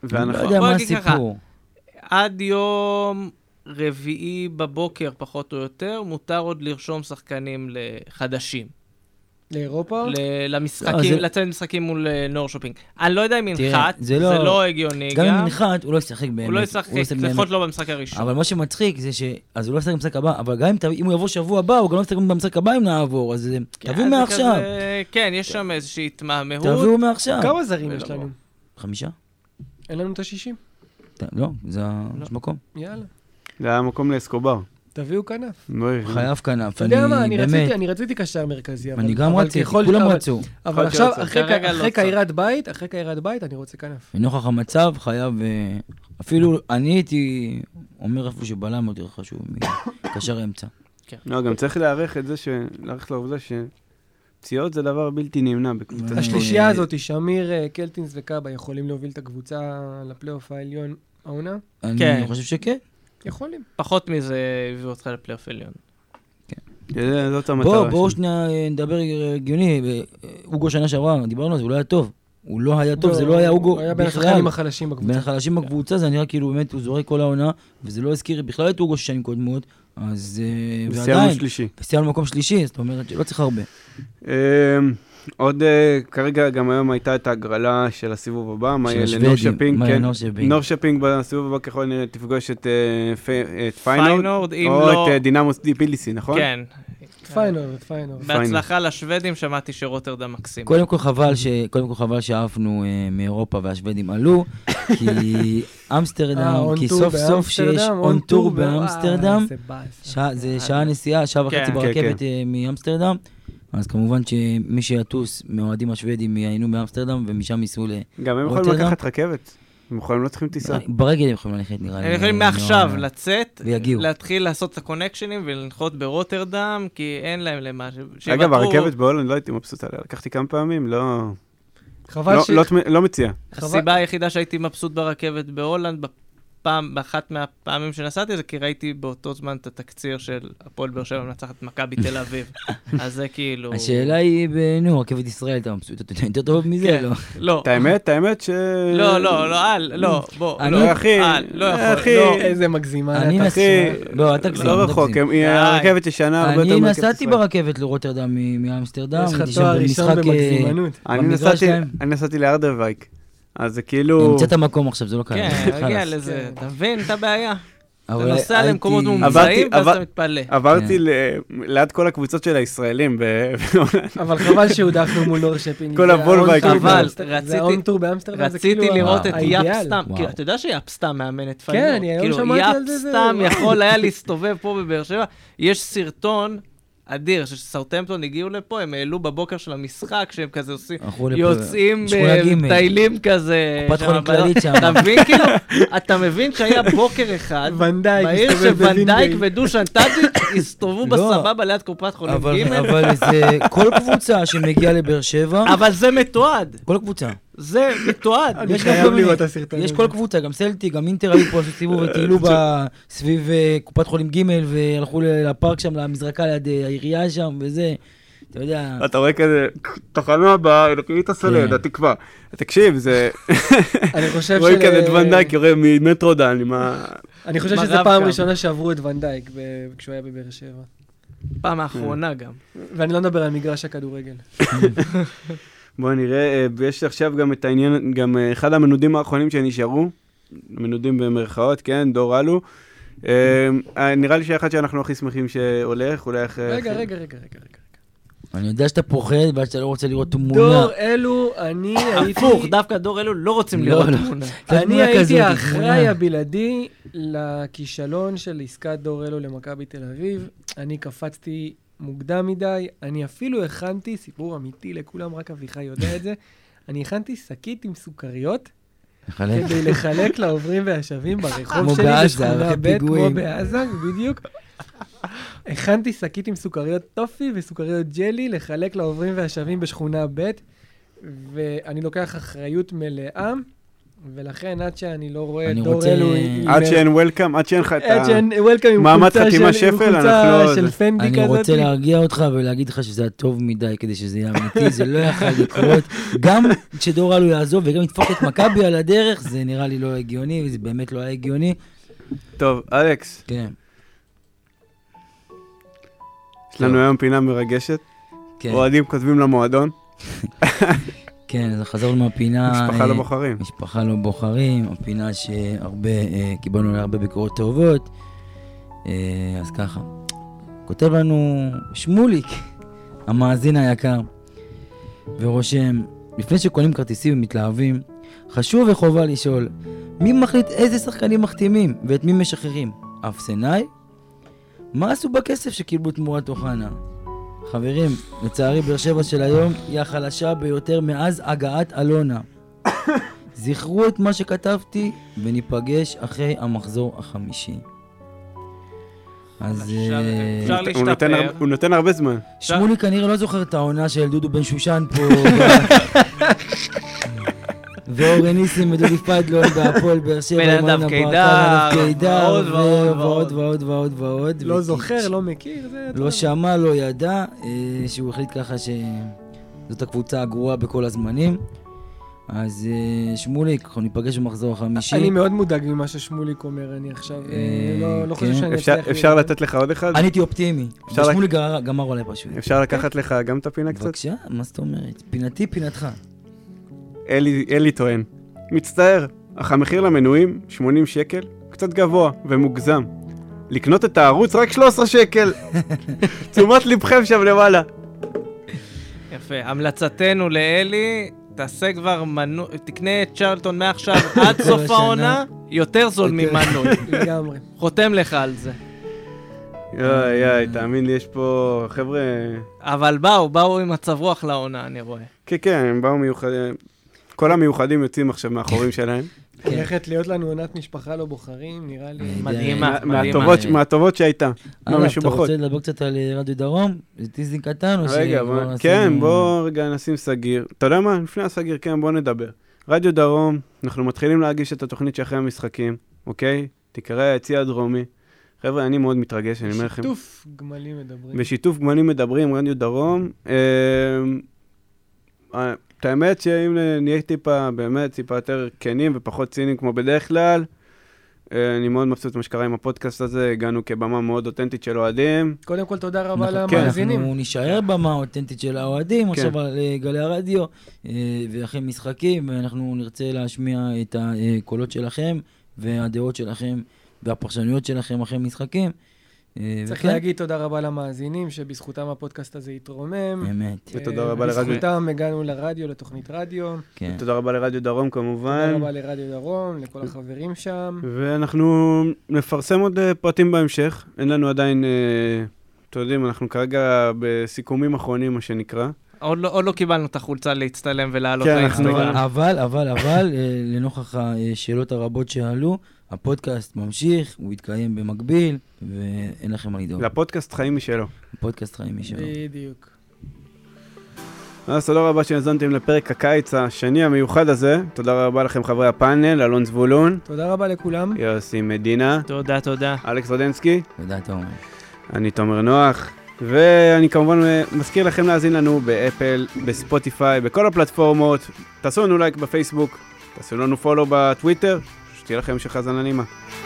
S4: אני לא
S1: ואנחנו...
S4: יודע
S3: בוא
S4: מה
S3: נגיד ככה.
S4: הסיפור.
S3: עד יום רביעי בבוקר, פחות או יותר, מותר עוד לרשום שחקנים חדשים.
S2: לאירופה?
S4: לא,
S3: למשחקים,
S4: זה-
S3: לצאת משחקים מול אה, נור שופינג. אני לא יודע אם
S4: תראה,
S3: ינחת,
S4: זה
S3: זה
S4: לא-
S3: לא הגיוני
S4: גם אם
S3: גם.
S4: ינחת, הוא לא ישחק באמת.
S3: הוא לא ישחק,
S4: עושה
S3: לפחות לא במשחק הראשון.
S4: אבל מה שמצחיק זה ש... אז הוא לא ישחק במשחק הבא, אבל גם אם, ת... אם הוא יבוא שבוע הבא, הוא גם לא ישחק במשחק הבא אם נעבור, אז אה,
S3: כן,
S4: תביאו
S3: זה
S4: מעכשיו.
S3: כזה- כן, יש שם איזושהי התמהמהות.
S4: תביאו מעכשיו.
S2: כמה זרים
S3: אה,
S2: יש
S3: לא.
S2: לנו?
S4: חמישה?
S2: אין לנו את השישים.
S4: ת- לא, זה ה- יש מקום.
S2: יאללה.
S1: זה היה מקום לאסקובר.
S2: תביאו כנף.
S1: לא הבנתי.
S4: חייב כנף,
S2: אתה
S4: אני
S2: יודע מה, אני
S4: באמת,
S2: רציתי- אני רציתי קשר מרכזי, אבל...
S4: אני גם
S2: אבל
S4: רציתי,
S2: ככל-
S4: כולם
S2: אבל-
S4: רצו.
S2: אבל
S1: יכול
S2: עכשיו,
S1: להיות שרצו.
S2: אחרי
S3: כרגע
S2: כ-
S3: לא
S2: אחרי
S3: צריך.
S2: קיירת בית, אחרי קיירת בית, אני רוצה כנף.
S4: ונוכח המצב חייב... אה, אפילו אני הייתי אומר איפה שבלם יותר חשוב מקשר אמצע.
S1: לא, גם צריך להיערך את זה, ש- להיערך לעובדה שפציעות זה דבר בלתי נמנע בקבוצה.
S4: אה,
S2: השלישייה הזאת, שמיר, אה, קלטינס וקאבה, יכולים להוביל את הקבוצה לפלייאוף העליון העונה?
S4: אני
S3: כן.
S4: חושב שכן.
S2: יכולים.
S3: פחות מזה הביאו אותך לפלייאוף עליון.
S1: זה- זאת המטרה.
S4: בואו, בואו
S1: שלי.
S4: שנייה אה, נדבר אה, הגיוני. אה, הוגו שנה שעברה, דיברנו על זה, הוא לא היה טוב. הוא לא היה טוב, זה לא היה הוגו
S2: הוא היה בין כן.
S4: בכלל.
S2: השחקנים החלשים
S4: בין
S2: בקבוצה.
S4: החלשים בקבוצה זה נראה כאילו באמת הוא זורק כל העונה, וזה לא הזכיר בכלל את הוגו של שנים קודמות, אז אה,
S1: סיימנו
S4: ועדיין,
S1: שלישי.
S4: סיימנו מקום שלישי, זאת אומרת שלא צריך הרבה.
S1: אמ, עוד אה, כרגע, גם היום הייתה את ההגרלה של הסיבוב הבא, מה יהיה
S4: של
S1: לנור
S4: השוודים,
S1: שפינג,
S4: מה
S1: כן.
S4: לנור שפינג.
S1: נור שפינג בסיבוב הבא ככל הנראה תפגוש את אה, פי- את פיינורד,
S3: פיינורד, אם
S1: או
S3: לא...
S1: את אה, דינמוס די פיליסי, נכון?
S3: כן.
S2: פיינורד, פיינורד.
S3: בהצלחה לשוודים, שמעתי שרוטרדם מקסים.
S4: קודם כל חבל, ש... קודם כל חבל שעפנו אה, מאירופה והשוודים עלו, כי
S2: אה,
S4: אמסטרדם,
S2: און
S4: כי
S2: טור
S4: סוף סוף
S2: באמסטרדם,
S4: שיש און טור באמסטרדם,
S2: וואי, זה באסה.
S4: שעה- זה שעה נסיעה, שעה וחצי
S3: כן,
S4: ברכבת אה, מאמסטרדם, אז כמובן שמי שיטוס מהאוהדים השוודים ייהנו מאמסטרדם ומשם ייסעו ל...
S1: גם הם יכולים
S4: רוטרדם?
S1: לקחת רכבת. הם יכולים, לא צריכים טיסה.
S4: ברגל הם יכולים ללכת נראה לי.
S3: הם יכולים
S4: אה,
S3: מעכשיו
S4: לא-
S3: לצאת,
S4: ויגיעו.
S3: להתחיל לעשות את הקונקשנים ולנחות ברוטרדם, כי אין להם למה... ש-
S1: אגב,
S3: שיוותרו.
S1: הרכבת בהולנד לא הייתי מבסוט עליה, לקחתי כמה פעמים, לא...
S2: חבל
S1: לא-
S2: ש...
S1: לא תמ- לא מציע.
S2: חבל-
S3: הסיבה היחידה שהייתי מבסוט ברכבת בהולנד, בפעם, באחת מהפעמים שנסעתי, זה כי ראיתי באותו זמן את התקציר של הפועל באר שבע מנצחת את מכבי תל אביב. אז זה כאילו...
S4: השאלה היא, ב- נו, רכבת ישראל, אתה מבסוט, אתה יודע, יותר טוב מזה,
S3: כן.
S4: לא?
S3: לא.
S1: את האמת, האמת ש...
S3: לא, לא, לא, אל, לא, בוא,
S4: אני-
S3: לא,
S1: אחי,
S3: אל, לא יכול,
S1: אחי.
S3: לא.
S2: איזה מגזימה.
S4: אני
S2: אתה.
S4: נסעתי, לא, אל תגזים,
S1: לא
S4: אל
S1: רחוק,
S4: תגזים.
S1: הם- הרכבת ישנה הרבה יותר
S4: אני
S1: מרכבת
S4: נסעתי
S1: ישראל.
S4: ברכבת לרוטרדם מ- מאמסטרדם,
S2: יש
S4: הייתי
S2: לך
S4: שם
S2: תואר ראשון
S4: במשחק, אה,
S2: במגזימנות.
S1: אני
S4: במגרש
S1: נסעתי-
S4: שלהם.
S1: אני נסעתי לארדרווייק, אז זה כאילו...
S4: המצאת מקום עכשיו, זה לא קל.
S3: כן, נגיע
S4: חלאס.
S3: לזה,
S2: כן.
S3: אתה מבין את הבעיה? אתה
S4: אבל
S3: נוסע
S4: הייתי-
S3: למקומות
S1: עברתי-
S3: מומצאים, ואז
S1: עבר-
S3: אתה מתפלא.
S2: כן.
S1: עברתי ל- ליד כל הקבוצות של הישראלים בהולנד.
S2: אבל חבל שהודחנו מול נור שפין.
S1: כל כאילו.
S2: זה
S1: הבולבייק.
S2: האון-טור
S3: אבל
S2: באמסטרדם. זה
S3: רציתי-
S2: האון-טור באמסטרדם, זה כאילו
S3: רציתי לראות את
S2: האידיאל.
S3: יאפ סתם,
S4: וואו.
S3: כאילו, אתה יודע שיאפ סתם מאמן את
S2: כן,
S3: פיינור.
S2: אני היום
S3: כאילו,
S2: שמעתי על זה,
S3: יאפ
S2: זה-
S3: סתם
S2: וואו.
S3: יכול היה להסתובב פה בבאר שבע. יש סרטון אדיר שסאוטמפטון הגיעו לפה, הם העלו בבוקר של המשחק, שהם כזה עושים,
S4: הלכו לפה-
S3: יוצאים,
S4: שכונה
S3: אה,
S4: ג'.
S3: מטיילים כזה.
S4: קופת
S3: שם
S4: חולים
S3: בעיר.
S4: כללית שם.
S3: אתה מבין, כאילו, אתה מבין שהיה בוקר אחד,
S2: ונדייק
S3: בעיר
S2: מסתובב
S3: שוונדייק
S2: בווינגייט.
S3: ודושן טאג'יק הסתובבו
S4: לא.
S3: בסבבה ליד קופת חולים
S4: אבל-
S3: ג',
S4: אבל זה כל קבוצה שמגיעה לבאר שבע,
S3: אבל זה מתועד,
S4: כל קבוצה.
S3: זה מתועד.
S2: אני
S4: יש
S2: חייב
S4: גם כל מיני-
S2: לראות את הסרטון
S4: יש
S2: הזה.
S4: כל קבוצה, גם סלטי, גם אינטר היו פה, עשו סיבוב, וטיילו ב- סביב אה, קופת חולים ג' והלכו ל- לפארק שם, למזרקה ליד אה, העירייה שם, וזה, אתה יודע,
S1: אתה רואה כזה, תחנה הבאה, אלוקים את הסולד,
S4: כן.
S1: התקווה. תקשיב, זה...
S2: אני חושב
S1: רואים
S2: של-
S1: כאן את ונדייק יורה ממטרודן עם ה...
S2: אני חושב שזו
S3: ברב-קו.
S2: פעם ראשונה שעברו את ונדייק ב- כשהוא היה בבאר שבע.
S3: פעם האחרונה גם.
S2: ואני לא מדבר על מגרש הכדורגל.
S1: אה, בוא נראה, אה, יש עכשיו גם את העניין, גם אה, אחד המנודים האחרונים שנשארו, מנודים במרכאות, כן, דור אלו. אה, אה, נראה לי שאחד שאנחנו הכי שמחים שהולך, אולי אחרי...
S2: רגע, רגע, רגע, רגע. רגע.
S4: אני יודע שאתה פוחד ואז שאתה לא רוצה לראות תמונה.
S2: דור אלו, אני הייתי...
S3: אה, הפוך, דווקא דור אלו לא רוצים
S4: לא,
S3: לראות
S4: לא.
S3: תמונה.
S4: זה
S2: אני
S4: תמונה כזאת,
S2: הייתי
S4: היא
S2: האחראי
S4: תמונה.
S2: הבלעדי לכישלון של עסקת דור אלו למכבי תל אביב. אני קפצתי מוקדם מדי, אני אפילו הכנתי, סיפור אמיתי לכולם, רק אביחי יודע את זה, אני הכנתי שקית עם סוכריות
S4: מחלק.
S2: כדי לחלק לעוברים והשבים ברחוב
S4: כן. כמו
S2: שלי
S4: בעזה,
S2: בשכונה
S4: אחרי
S2: ב', כמו
S4: פיגועים.
S2: בעזה, בדיוק. הכנתי שקית עם סוכריות טופי וסוכריות ג'לי לחלק לעוברים והשבים בשכונה ב', ואני לוקח אחריות מלאה, ולכן עד שאני לא רואה
S4: אני
S2: את דור
S4: רוצה-
S2: אלו... עם-
S1: עד
S2: עם-
S1: שאין וולקאם, עד שאין לך את ה...
S2: עד שאין וולקאם עם
S1: מעמד
S2: חולצה
S1: חתימה
S2: של- עם
S1: שפל, אנחנו לא-
S2: חולצה של פנדי כזאת.
S4: אני רוצה להרגיע אותך ולהגיד לך שזה היה טוב מדי כדי שזה יהיה אמיתי, זה לא יכול לקרות. גם כשדור אלו יעזוב וגם ידפוק את מכבי על הדרך, זה נראה לי לא הגיוני, וזה באמת לא היה הגיוני.
S1: טוב, אלכס,
S4: כן,
S1: יש לנו
S4: טוב.
S1: היום פינה מרגשת.
S4: לא. כן,
S1: אוהדים כותבים למועדון,
S4: כן, אז חזרנו מהפינה.
S1: משפחה
S4: אה,
S1: לא בוחרים.
S4: משפחה לא בוחרים, הפינה שהרבה, אה, קיבלנו עליה הרבה ביקורות טובות. אה, אז ככה, כותב לנו שמוליק, המאזין היקר, ורושם, לפני שקונים כרטיסים ומתלהבים, חשוב וחובה לשאול, מי מחליט איזה שחקנים מחתימים ואת מי משחררים? אפסנאי? מה עשו בכסף שקיבלו תמורת אוחנה? חברים, לצערי באר שבע של היום היא החלשה ביותר מאז הגעת אלונה. זכרו את מה שכתבתי, וניפגש אחרי המחזור החמישי. אז
S3: עכשיו,
S4: אה,
S3: אפשר
S1: הוא נותן
S3: להשתפר.
S1: הר- הוא נותן הרבה זמן.
S4: שמולי כנראה לא זוכר את העונה של דודו בן שושן פה. ואורן ניסים ודודי פדלון והפועל באר שבע.
S3: בן
S4: עם
S3: נדב
S4: אנה
S3: קידר,
S4: ברקת, ענף קידר,
S3: ועוד ועוד
S4: ועוד ועוד ועוד ועוד.
S2: לא
S4: וכי-
S2: זוכר, לא מכיר, זה... אתה
S4: לא
S2: יודע.
S4: שמע, לא ידע, אה, שהוא החליט ככה שזאת הקבוצה הגרועה בכל הזמנים. אז אה, שמוליק, אנחנו ניפגש במחזור החמישי.
S2: אני מאוד מודאג ממה ששמוליק אומר, אני עכשיו אה,
S4: אה,
S2: לא- לא חושב
S4: כן.
S2: שאני
S1: אפשר-
S2: אצליח...
S1: אפשר
S2: לראות.
S1: לתת לך עוד אחד?
S4: אני הייתי אופטימי.
S1: אפשר לק-
S4: שמוליק גמר- גמר עליי פשוט.
S1: אפשר לקחת לך גם את הפינה קצת?
S4: בבקשה, מה זאת אומרת? פינתי, פינתך.
S1: אלי, אלי טוען. מצטער, אך המחיר למנויים, 80 שקל, קצת גבוה ומוגזם. לקנות את הערוץ רק 13 שקל. תשומת לבכם שם למעלה.
S3: יפה. המלצתנו לאלי, תעשה כבר מנוי, תקנה את צ'רלטון מעכשיו עד
S4: כל
S3: סוף
S4: השנה.
S3: העונה, יותר זול
S4: יותר-
S3: ממנוי.
S2: לגמרי.
S3: חותם לך על זה.
S1: יואי יואי, תאמין לי, יש פה חבר'ה...
S3: אבל באו, באו עם מצב רוח לעונה, אני רואה.
S1: כן, כן, הם באו מיוחדים. כל המיוחדים יוצאים עכשיו מהחורים שלהם.
S4: כן.
S2: הולכת להיות לנו עונת משפחה לא בוחרים, נראה לי.
S4: אני-
S3: מדהימה,
S1: מה-
S3: מדהימה.
S1: מהטובות- מהטובות שהייתה. לא,
S4: אגב, אה, אתה
S1: מהמשובחות.
S4: רוצה לדבר קצת על אה, רדיו דרום? זה טיזינג קטן או
S1: רגע,
S4: שכבר
S1: בוא,
S4: עשינו-
S1: כן, בוא רגע נשים סגיר. אתה יודע מה? לפני הסגיר, כן, בוא נדבר. רדיו דרום, אנחנו מתחילים להגיש את התוכנית שאחרי המשחקים, אוקיי? תיקרא היציע הדרומי. חבר'ה, אני מאוד מתרגש, אני אומר לכם.
S2: שיתוף גמלים מדברים.
S1: בשיתוף גמלים מדברים, רדיו דרום. אמ, אה, את האמת שאם נהיה טיפה, באמת, טיפה יותר כנים ופחות ציניים כמו בדרך כלל, אה, אני מאוד מבסוט ממה שקרה עם הפודקאסט הזה, הגענו כבמה מאוד אותנטית של אוהדים.
S2: קודם כל, תודה
S1: נכון,
S2: רבה
S4: אנחנו- כן.
S2: למאזינים.
S4: אנחנו נישאר במה האותנטית של האוהדים,
S1: כן.
S4: עכשיו על אה, גלי הרדיו, אה, ואחרי משחקים, ואנחנו נרצה להשמיע את הקולות שלכם, והדעות שלכם, והפרשנויות שלכם אחרי משחקים. אה,
S2: צריך
S4: וכן,
S2: להגיד תודה רבה למאזינים, שבזכותם הפודקאסט הזה התרומם.
S4: אמת,
S1: ותודה
S2: אה,
S1: רבה לרדיו.
S2: בזכותם הגענו לרדיו, לתוכנית רדיו.
S4: כן.
S1: תודה רבה לרדיו דרום כמובן.
S2: תודה רבה לרדיו דרום, לכל החברים שם.
S1: ואנחנו נפרסם עוד אה, פרטים בהמשך. אין לנו עדיין, אה, אתם יודעים, אנחנו כרגע בסיכומים אחרונים, מה שנקרא.
S3: עוד לא, עוד לא קיבלנו את החולצה להצטלם ולעלות
S1: כן, אנחנו-
S3: לאינסטגרם.
S4: אבל, אבל, אבל, אה, לנוכח השאלות הרבות שעלו, הפודקאסט ממשיך, הוא יתקיים במקביל, ואין לכם מה לדאוג.
S1: לפודקאסט חיים משלו.
S4: הפודקאסט חיים משלו.
S2: בדיוק.
S1: אז תודה רבה שהאזנתם לפרק הקיץ השני המיוחד הזה. תודה רבה לכם חברי הפאנל, אלון זבולון,
S2: תודה רבה לכולם.
S1: יוסי מדינה,
S3: תודה, תודה.
S1: אלכס רודנסקי,
S4: תודה, תומר.
S1: אני תומר נוח. ואני כמובן אה, מזכיר לכם להאזין לנו באפל, בספוטיפיי, בכל הפלטפורמות. תעשו לנו לייק בפייסבוק, תעשו לנו פולו בטוויטר, שתהיה לכם המשך האזנה נעימה.